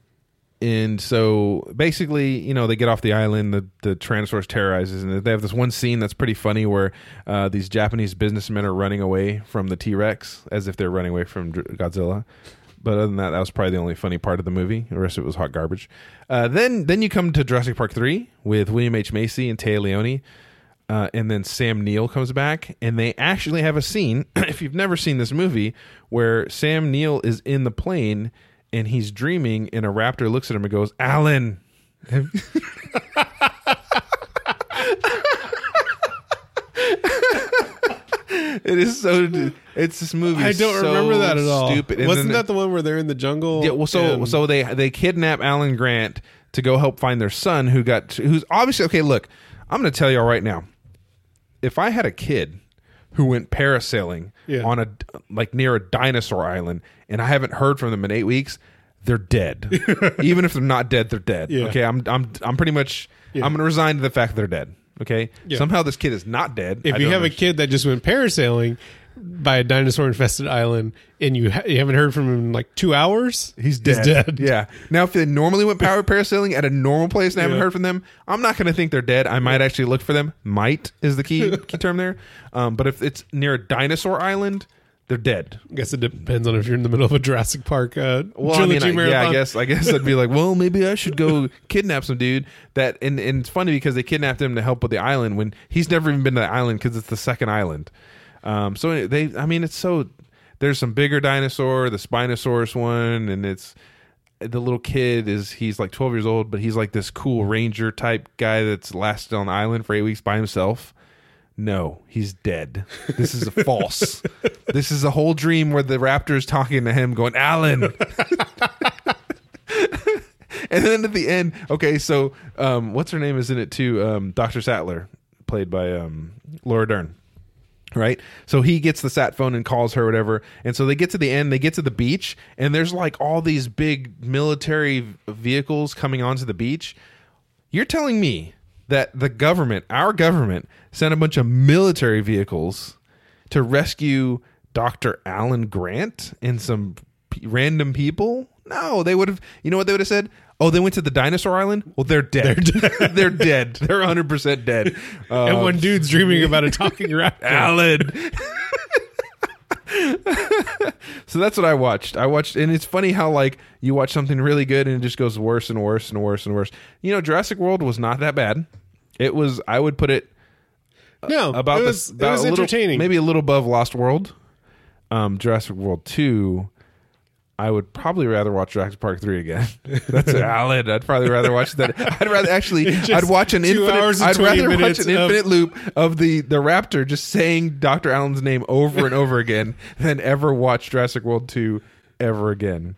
[SPEAKER 1] and so basically, you know, they get off the island. The the Tyrannosaurus terrorizes, and they have this one scene that's pretty funny where uh, these Japanese businessmen are running away from the T Rex as if they're running away from Dr- Godzilla. But other than that, that was probably the only funny part of the movie. The rest of it was hot garbage. Uh, then then you come to Jurassic Park three with William H Macy and Taya Leone. Uh, and then Sam Neill comes back, and they actually have a scene. [CLEARS THROAT] if you've never seen this movie, where Sam Neill is in the plane and he's dreaming, and a raptor looks at him and goes, "Alan." [LAUGHS] it is so. It's this movie.
[SPEAKER 2] I
[SPEAKER 1] is
[SPEAKER 2] don't
[SPEAKER 1] so
[SPEAKER 2] remember that at all.
[SPEAKER 1] Stupid. And
[SPEAKER 2] Wasn't
[SPEAKER 1] then-
[SPEAKER 2] that the one where they're in the jungle?
[SPEAKER 1] yeah, well, so
[SPEAKER 2] and-
[SPEAKER 1] so they they kidnap Alan Grant to go help find their son who got who's obviously okay. Look, I'm going to tell y'all right now. If I had a kid who went parasailing
[SPEAKER 2] Yeah.
[SPEAKER 1] on a like near a dinosaur island and I haven't heard from them in eight weeks, they're
[SPEAKER 2] [LAUGHS]
[SPEAKER 1] dead. Even if they're not dead, they're dead.
[SPEAKER 2] Yeah.
[SPEAKER 1] Okay, I'm I'm I'm pretty much I'm going to resign to the fact that they're deed Okay, somehow this kid is not dead.
[SPEAKER 2] if
[SPEAKER 1] I
[SPEAKER 2] you
[SPEAKER 1] don't
[SPEAKER 2] have a
[SPEAKER 1] understand.
[SPEAKER 2] kid that just went parasailing by a dinosaur infested island and you ha- you haven't heard from him in like two hours,
[SPEAKER 1] Yeah. Now, if they normally went power parasailing at a normal place and I haven't
[SPEAKER 2] Yeah.
[SPEAKER 1] heard from them, I'm not going to think they're dead. I might actually look for them. Might is the key, key term there. Um, but if it's near a dinosaur island, they're dead.
[SPEAKER 2] I guess it depends on if you're in the middle of a Jurassic Park uh,
[SPEAKER 1] Well, I mean, I-
[SPEAKER 2] trilogy
[SPEAKER 1] yeah, I
[SPEAKER 2] marathon.
[SPEAKER 1] guess I guess I'd be like, well, maybe I should go kidnap some dude. That and, and it's funny because they kidnapped him to help with the island when he's never even been to the island because it's the second island. Um, so they, I mean, it's so there's some bigger dinosaur, the Spinosaurus one, and it's the little kid is he's like 12 years old, but he's like this cool ranger type guy that's lasted on the island for eight weeks by himself. No, he's dead. This is a [LAUGHS] false. this is a whole dream where the raptor is talking to him, going, Alan, [LAUGHS] and then at the end, okay, so um, what's her name is in it too? Um, Doctor Sattler, played by um, Laura Dern. Right, so he gets the sat phone and calls her, whatever. And so they get to the end, they get to the beach, and there's like all these big military v- vehicles coming onto the beach. You're telling me that the government, our government, sent a bunch of military vehicles to rescue Dr. Alan Grant and some p- random people? No, they would have, you know what they would have said? Oh, they went to the dinosaur island? Well, they're dead. They're dead. [LAUGHS] they're 100% [LAUGHS] dead. Uh,
[SPEAKER 2] and one dude's dreaming
[SPEAKER 1] [LAUGHS]
[SPEAKER 2] about a talking raptor.
[SPEAKER 1] Alan. so that's what I watched. I watched, and it's funny how like you watch something really good and it just goes worse and worse and worse and worse. You know, Jurassic World was not that bad. It was, I would put it
[SPEAKER 2] no,
[SPEAKER 1] Uh, about
[SPEAKER 2] it
[SPEAKER 1] this.
[SPEAKER 2] was,
[SPEAKER 1] about
[SPEAKER 2] it was
[SPEAKER 1] a little-
[SPEAKER 2] entertaining.
[SPEAKER 1] maybe a little above Lost World. Um, Jurassic World Two. I would probably rather watch Jurassic Park Three again. [LAUGHS]
[SPEAKER 2] [LAUGHS]
[SPEAKER 1] That's valid. I'd probably rather watch that. I'd rather actually. I'd watch an
[SPEAKER 2] two
[SPEAKER 1] infinite.
[SPEAKER 2] hours and
[SPEAKER 1] I'd
[SPEAKER 2] 20
[SPEAKER 1] rather watch
[SPEAKER 2] minutes
[SPEAKER 1] an
[SPEAKER 2] of-
[SPEAKER 1] infinite loop of the the raptor just saying Dr. Allen's name over and over
[SPEAKER 2] [LAUGHS]
[SPEAKER 1] again than ever watch Jurassic World Two ever again.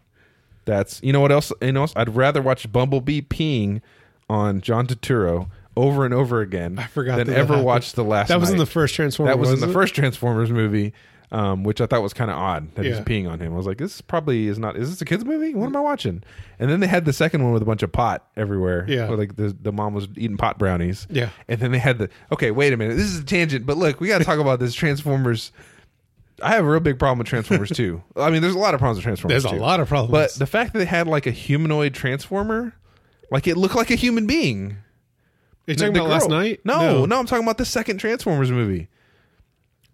[SPEAKER 1] That's you know what else? You know, what else? I'd rather watch Bumblebee peeing on John Turturro over and over again. I
[SPEAKER 2] forgot
[SPEAKER 1] than
[SPEAKER 2] that that
[SPEAKER 1] ever
[SPEAKER 2] happened.
[SPEAKER 1] watch the last.
[SPEAKER 2] that was in
[SPEAKER 1] Night.
[SPEAKER 2] the first Transformer.
[SPEAKER 1] That was in the
[SPEAKER 2] wasn't it?
[SPEAKER 1] first Transformers movie, um, which I thought was kind of odd that he's
[SPEAKER 2] Yeah.
[SPEAKER 1] peeing on him. I was like, this probably is not. Is this a kids movie? What am I watching? And then they had the second one with a bunch of pot everywhere.
[SPEAKER 2] Yeah.
[SPEAKER 1] where, like the the mom was eating pot brownies.
[SPEAKER 2] Yeah.
[SPEAKER 1] and then they had the okay. Wait a minute, this is a tangent, but look, we got to talk about this Transformers. I have a real big problem with Transformers too. I mean, there's a lot of problems with Transformers.
[SPEAKER 2] There's a
[SPEAKER 1] too.
[SPEAKER 2] lot of problems.
[SPEAKER 1] But the fact that they had like a humanoid transformer, like it looked like a human being.
[SPEAKER 2] Are you talking
[SPEAKER 1] The
[SPEAKER 2] about last
[SPEAKER 1] girl.
[SPEAKER 2] night?
[SPEAKER 1] No, no, I'm talking about the second Transformers movie.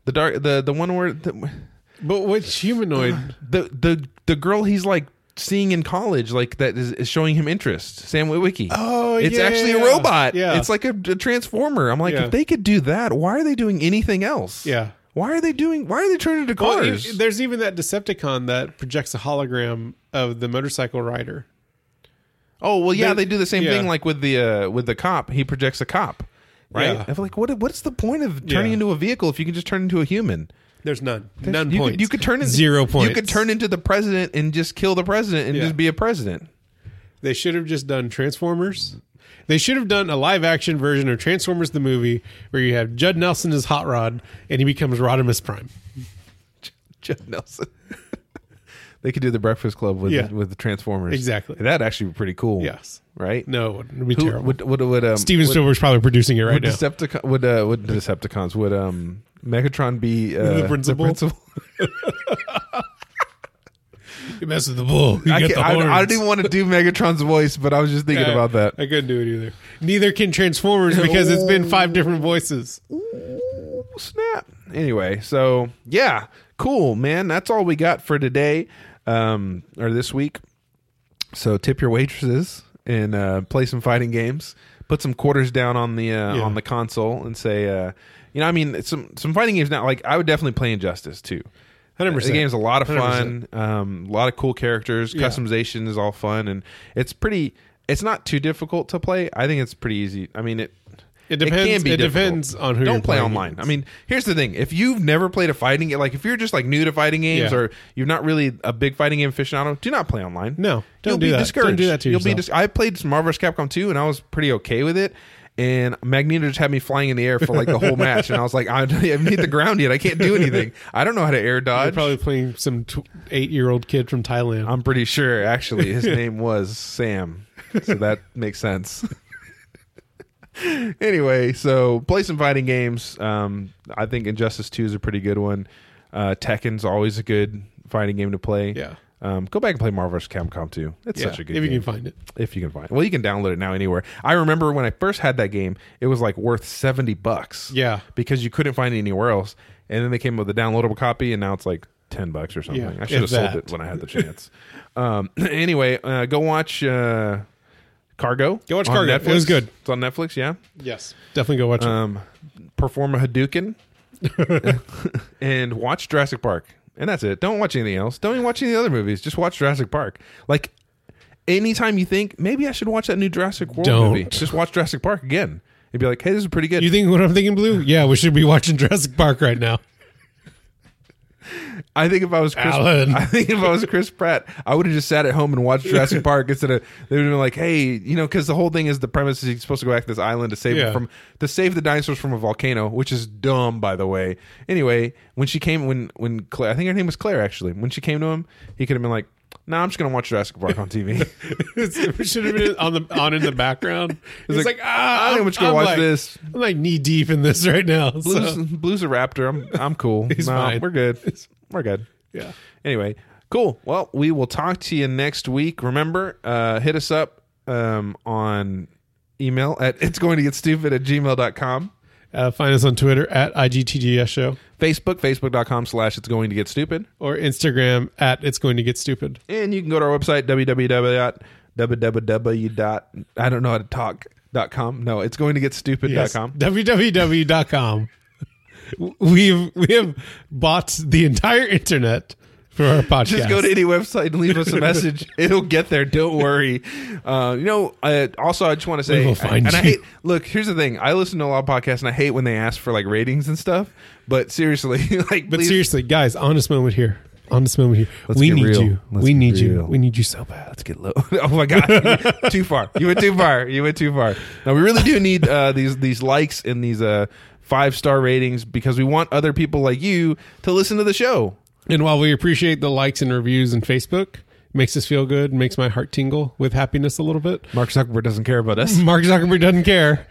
[SPEAKER 1] The dark, the the one where the
[SPEAKER 2] But which humanoid?
[SPEAKER 1] the the, the girl he's like seeing in college, like that is, is showing him interest. Sam Witwicky.
[SPEAKER 2] Oh,
[SPEAKER 1] it's
[SPEAKER 2] yeah,
[SPEAKER 1] actually
[SPEAKER 2] yeah,
[SPEAKER 1] a robot.
[SPEAKER 2] yeah.
[SPEAKER 1] it's like a, a transformer. I'm like,
[SPEAKER 2] Yeah.
[SPEAKER 1] if they could do that, why are they doing anything else?
[SPEAKER 2] Yeah.
[SPEAKER 1] Why are they doing? Why are they turning into
[SPEAKER 2] Well,
[SPEAKER 1] cars?
[SPEAKER 2] e- there's even that Decepticon that projects a hologram of the motorcycle rider.
[SPEAKER 1] Oh well, yeah,
[SPEAKER 2] They're-
[SPEAKER 1] they do the same
[SPEAKER 2] yeah.
[SPEAKER 1] thing like with the uh, with the cop. He projects a cop, right?
[SPEAKER 2] Yeah.
[SPEAKER 1] I'm like, what? What's the point of turning
[SPEAKER 2] Yeah.
[SPEAKER 1] into a vehicle if you can just turn into a human?
[SPEAKER 2] There's none. none
[SPEAKER 1] you
[SPEAKER 2] points.
[SPEAKER 1] Could, you could turn in,
[SPEAKER 2] [LAUGHS] zero points.
[SPEAKER 1] You could turn into the president and just kill the president and
[SPEAKER 2] Yeah.
[SPEAKER 1] just be a president. [LAUGHS]
[SPEAKER 2] They should have just done Transformers. They should have done a live action version of Transformers the movie where you have Judd Nelson as Hot Rod and he becomes Rodimus Prime.
[SPEAKER 1] Judd Nelson. [LAUGHS] they could do the Breakfast Club with
[SPEAKER 2] Yeah.
[SPEAKER 1] the, with the Transformers.
[SPEAKER 2] Exactly.
[SPEAKER 1] That'd actually be pretty cool.
[SPEAKER 2] Yes.
[SPEAKER 1] Right.
[SPEAKER 2] No, it would be
[SPEAKER 1] Who
[SPEAKER 2] terrible.
[SPEAKER 1] would would would um,
[SPEAKER 2] Steven
[SPEAKER 1] would,
[SPEAKER 2] Spielberg's probably producing it right
[SPEAKER 1] would
[SPEAKER 2] now.
[SPEAKER 1] Decepticon would uh, would Decepticons would um Megatron be uh,
[SPEAKER 2] principal?
[SPEAKER 1] principal?
[SPEAKER 2] You mess with the bull. You
[SPEAKER 1] I,
[SPEAKER 2] get
[SPEAKER 1] can't-
[SPEAKER 2] the
[SPEAKER 1] I,
[SPEAKER 2] horns.
[SPEAKER 1] I didn't want to do Megatron's voice, but I was just thinking about that.
[SPEAKER 2] I couldn't do it either. Neither can Transformers because it's been five different voices.
[SPEAKER 1] Ooh, snap. Anyway, so yeah, cool, man. That's all we got for today um, or this week. So tip your waitresses and uh, play some fighting games. Put some quarters down on the uh,
[SPEAKER 2] Yeah.
[SPEAKER 1] on the console and say, uh, you know, I mean, some some fighting games now. Like I would definitely play Injustice too. Uh,
[SPEAKER 2] 100%.
[SPEAKER 1] The game's a lot of fun. Um, a lot of cool characters.
[SPEAKER 2] Yeah.
[SPEAKER 1] Customization is all fun, and it's pretty. It's not too difficult to play. I think it's pretty easy. I mean, it.
[SPEAKER 2] It depends. It,
[SPEAKER 1] can be difficult
[SPEAKER 2] depends on who.
[SPEAKER 1] don't
[SPEAKER 2] you're
[SPEAKER 1] play
[SPEAKER 2] playing
[SPEAKER 1] online.
[SPEAKER 2] against.
[SPEAKER 1] I mean, here's the thing: if you've never played a fighting game, like if you're just like new to fighting games
[SPEAKER 2] Yeah.
[SPEAKER 1] or you're not really a big fighting game aficionado, do not play online.
[SPEAKER 2] No, don't
[SPEAKER 1] You'll
[SPEAKER 2] do
[SPEAKER 1] be
[SPEAKER 2] that. Don't
[SPEAKER 1] discouraged.
[SPEAKER 2] do that to
[SPEAKER 1] You'll be.
[SPEAKER 2] yourself.
[SPEAKER 1] Dis- I played some Marvel vs. Capcom 2 and I was pretty okay with it. And Magneto just had me flying in the air for like
[SPEAKER 2] [LAUGHS]
[SPEAKER 1] the whole match, and I was like, I [LAUGHS] haven't hit the ground yet. I can't do anything. I don't know how to air
[SPEAKER 2] you're
[SPEAKER 1] dodge.
[SPEAKER 2] probably playing some tw- eight-year-old kid from Thailand.
[SPEAKER 1] I'm pretty sure actually
[SPEAKER 2] [LAUGHS]
[SPEAKER 1] his name was Sam. So that makes sense. [LAUGHS] anyway, so play some fighting games. Um, I think Injustice 2 is a pretty good one. Uh, Tekken's always a good fighting game to play.
[SPEAKER 2] yeah,
[SPEAKER 1] Um, go back and play Marvel vs. Capcom 2. It's
[SPEAKER 2] yeah.
[SPEAKER 1] such a good
[SPEAKER 2] if
[SPEAKER 1] game.
[SPEAKER 2] you can find it.
[SPEAKER 1] if you can find it. Well, you can download it now anywhere. I remember when I first had that game, it was like worth 70 bucks
[SPEAKER 2] Yeah,
[SPEAKER 1] because you couldn't find it anywhere else. And then they came up with a downloadable copy, and now it's like ten bucks or something.
[SPEAKER 2] Yeah,
[SPEAKER 1] I should have
[SPEAKER 2] if
[SPEAKER 1] sold
[SPEAKER 2] that.
[SPEAKER 1] it when I had the chance. [LAUGHS] um, [CLEARS THROAT] anyway, uh, go watch uh, Cargo.
[SPEAKER 2] Go watch
[SPEAKER 1] on
[SPEAKER 2] Cargo. It
[SPEAKER 1] Netflix.
[SPEAKER 2] was good.
[SPEAKER 1] It's on Netflix. Yeah.
[SPEAKER 2] yes, definitely go watch it.
[SPEAKER 1] Um, perform a
[SPEAKER 2] [LAUGHS]
[SPEAKER 1] Hadouken, and watch Jurassic Park, and that's it. Don't watch anything else. Don't even watch any other movies. Just watch Jurassic Park. Like. Anytime you think maybe I should watch that new Jurassic World
[SPEAKER 2] Don't.
[SPEAKER 1] movie, just watch Jurassic Park again. It'd be like, hey, this is pretty good.
[SPEAKER 2] You think what I'm thinking, Blue? Yeah, we should be watching Jurassic Park right
[SPEAKER 1] [LAUGHS]
[SPEAKER 2] now.
[SPEAKER 1] I think if I was Chris,
[SPEAKER 2] Alan.
[SPEAKER 1] [LAUGHS] I think if I was Chris Pratt, I would have just sat at home and watched
[SPEAKER 2] [LAUGHS]
[SPEAKER 1] Jurassic Park instead of they would have been like, "Hey, you know," because the whole thing is the premise is he's supposed to go back to this island to save
[SPEAKER 2] Yeah.
[SPEAKER 1] them from to save the dinosaurs from a volcano, which is dumb, by the way. Anyway, when she came, when when Claire, I think her name was Claire actually, when she came to him, he could have been like, "No, nah, I'm just gonna watch Jurassic Park on
[SPEAKER 2] [LAUGHS]
[SPEAKER 1] TV."
[SPEAKER 2] it should have been on the on in
[SPEAKER 1] [LAUGHS]
[SPEAKER 2] the background. It's,
[SPEAKER 1] like,
[SPEAKER 2] like, ah,
[SPEAKER 1] I think I'm just gonna watch
[SPEAKER 2] like-
[SPEAKER 1] this.
[SPEAKER 2] I'm like knee deep in this [LAUGHS] right now.
[SPEAKER 1] Blue's,
[SPEAKER 2] So,
[SPEAKER 1] [LAUGHS] Blue's a raptor. I'm I'm cool.
[SPEAKER 2] [LAUGHS] He's
[SPEAKER 1] no,
[SPEAKER 2] fine.
[SPEAKER 1] we're good. We're good.
[SPEAKER 2] yeah.
[SPEAKER 1] Anyway, cool. Well, we will talk to you next week. Remember, uh, hit us up um, on email at [LAUGHS] it's going to get stupid at gmail.com.
[SPEAKER 2] Uh, find us on Twitter at IGTGS Show
[SPEAKER 1] Facebook, facebook.com slash it's going to get stupid.
[SPEAKER 2] or Instagram at It's Going to Get Stupid.
[SPEAKER 1] And you can go to our website, www. I don't know how to talk. Dot com. No, it's going to get stupid. dot
[SPEAKER 2] Yes,
[SPEAKER 1] com.
[SPEAKER 2] www.com. We've [LAUGHS] we have bought the entire internet for our podcast.
[SPEAKER 1] Just go to any website and leave
[SPEAKER 2] [LAUGHS]
[SPEAKER 1] us a message. It'll get there. Don't worry. Uh, you know. I, also, I just want to say,
[SPEAKER 2] We will find
[SPEAKER 1] and I
[SPEAKER 2] you.
[SPEAKER 1] hate. Look, here's the thing. I listen to a lot of podcasts, and I hate when they ask for like ratings and stuff. But seriously, [LAUGHS] like,
[SPEAKER 2] But
[SPEAKER 1] please-
[SPEAKER 2] seriously, guys, honest moment here. Honest moment here.
[SPEAKER 1] Let's
[SPEAKER 2] we
[SPEAKER 1] get
[SPEAKER 2] need
[SPEAKER 1] real.
[SPEAKER 2] you.
[SPEAKER 1] Let's
[SPEAKER 2] we
[SPEAKER 1] get
[SPEAKER 2] need
[SPEAKER 1] real.
[SPEAKER 2] you. We need you so bad.
[SPEAKER 1] Let's get low. [LAUGHS] oh my god, [LAUGHS] too far. You went too far. You went too far. Now we really do need uh, these these likes and these uh, five star ratings because we want other people like you to listen to the show.
[SPEAKER 2] And while we appreciate the likes and reviews and Facebook, it makes us feel good, makes my heart tingle with happiness a little bit.
[SPEAKER 1] Mark Zuckerberg doesn't care about
[SPEAKER 2] [LAUGHS]
[SPEAKER 1] us.
[SPEAKER 2] Mark Zuckerberg doesn't care.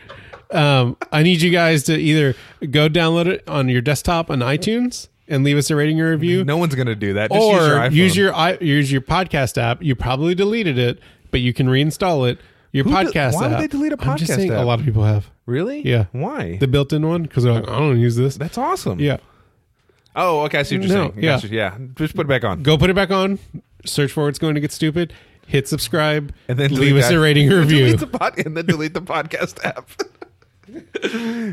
[SPEAKER 2] Um, I need you guys to either go download it on your desktop on iTunes and leave us a rating or review,
[SPEAKER 1] No one's going to do that. Just
[SPEAKER 2] or
[SPEAKER 1] use your iPhone.
[SPEAKER 2] use your i- use your podcast app. You probably deleted it, but you can reinstall it. Your
[SPEAKER 1] de-
[SPEAKER 2] podcast.
[SPEAKER 1] why would
[SPEAKER 2] app.
[SPEAKER 1] they delete a
[SPEAKER 2] I'm just
[SPEAKER 1] podcast
[SPEAKER 2] saying
[SPEAKER 1] app?
[SPEAKER 2] A lot of people have
[SPEAKER 1] really
[SPEAKER 2] Yeah.
[SPEAKER 1] why
[SPEAKER 2] the built-in one because they're like, I don't use this.
[SPEAKER 1] that's awesome
[SPEAKER 2] Yeah,
[SPEAKER 1] Oh, okay. I see what you're
[SPEAKER 2] No,
[SPEAKER 1] saying.
[SPEAKER 2] yeah.
[SPEAKER 1] Gotcha. yeah. Just put it back on.
[SPEAKER 2] go put it back on. Search for it's going to get stupid. Hit subscribe
[SPEAKER 1] And then
[SPEAKER 2] leave
[SPEAKER 1] delete
[SPEAKER 2] us
[SPEAKER 1] that.
[SPEAKER 2] a rating or review.
[SPEAKER 1] Delete the pod- and then delete the podcast [LAUGHS] app.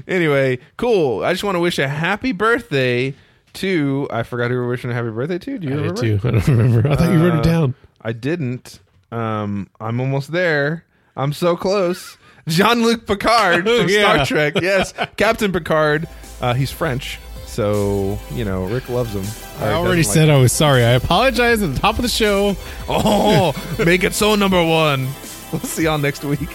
[SPEAKER 1] anyway, cool. I just want to wish a happy birthday to. I forgot who we're wishing a happy birthday to. Do you
[SPEAKER 2] I
[SPEAKER 1] remember?
[SPEAKER 2] did too. [LAUGHS] I don't remember. I thought you wrote
[SPEAKER 1] Uh,
[SPEAKER 2] it down.
[SPEAKER 1] I didn't. Um, I'm almost there. I'm so close. Jean Luc
[SPEAKER 2] [LAUGHS]
[SPEAKER 1] Picard from
[SPEAKER 2] Oh, Yeah.
[SPEAKER 1] Star Trek. Yes, Captain Picard. Uh, he's French, so you know Rick loves him.
[SPEAKER 2] I already said I was sorry. I apologize at the top of the show.
[SPEAKER 1] Oh, make it so number one. We'll see y'all next week.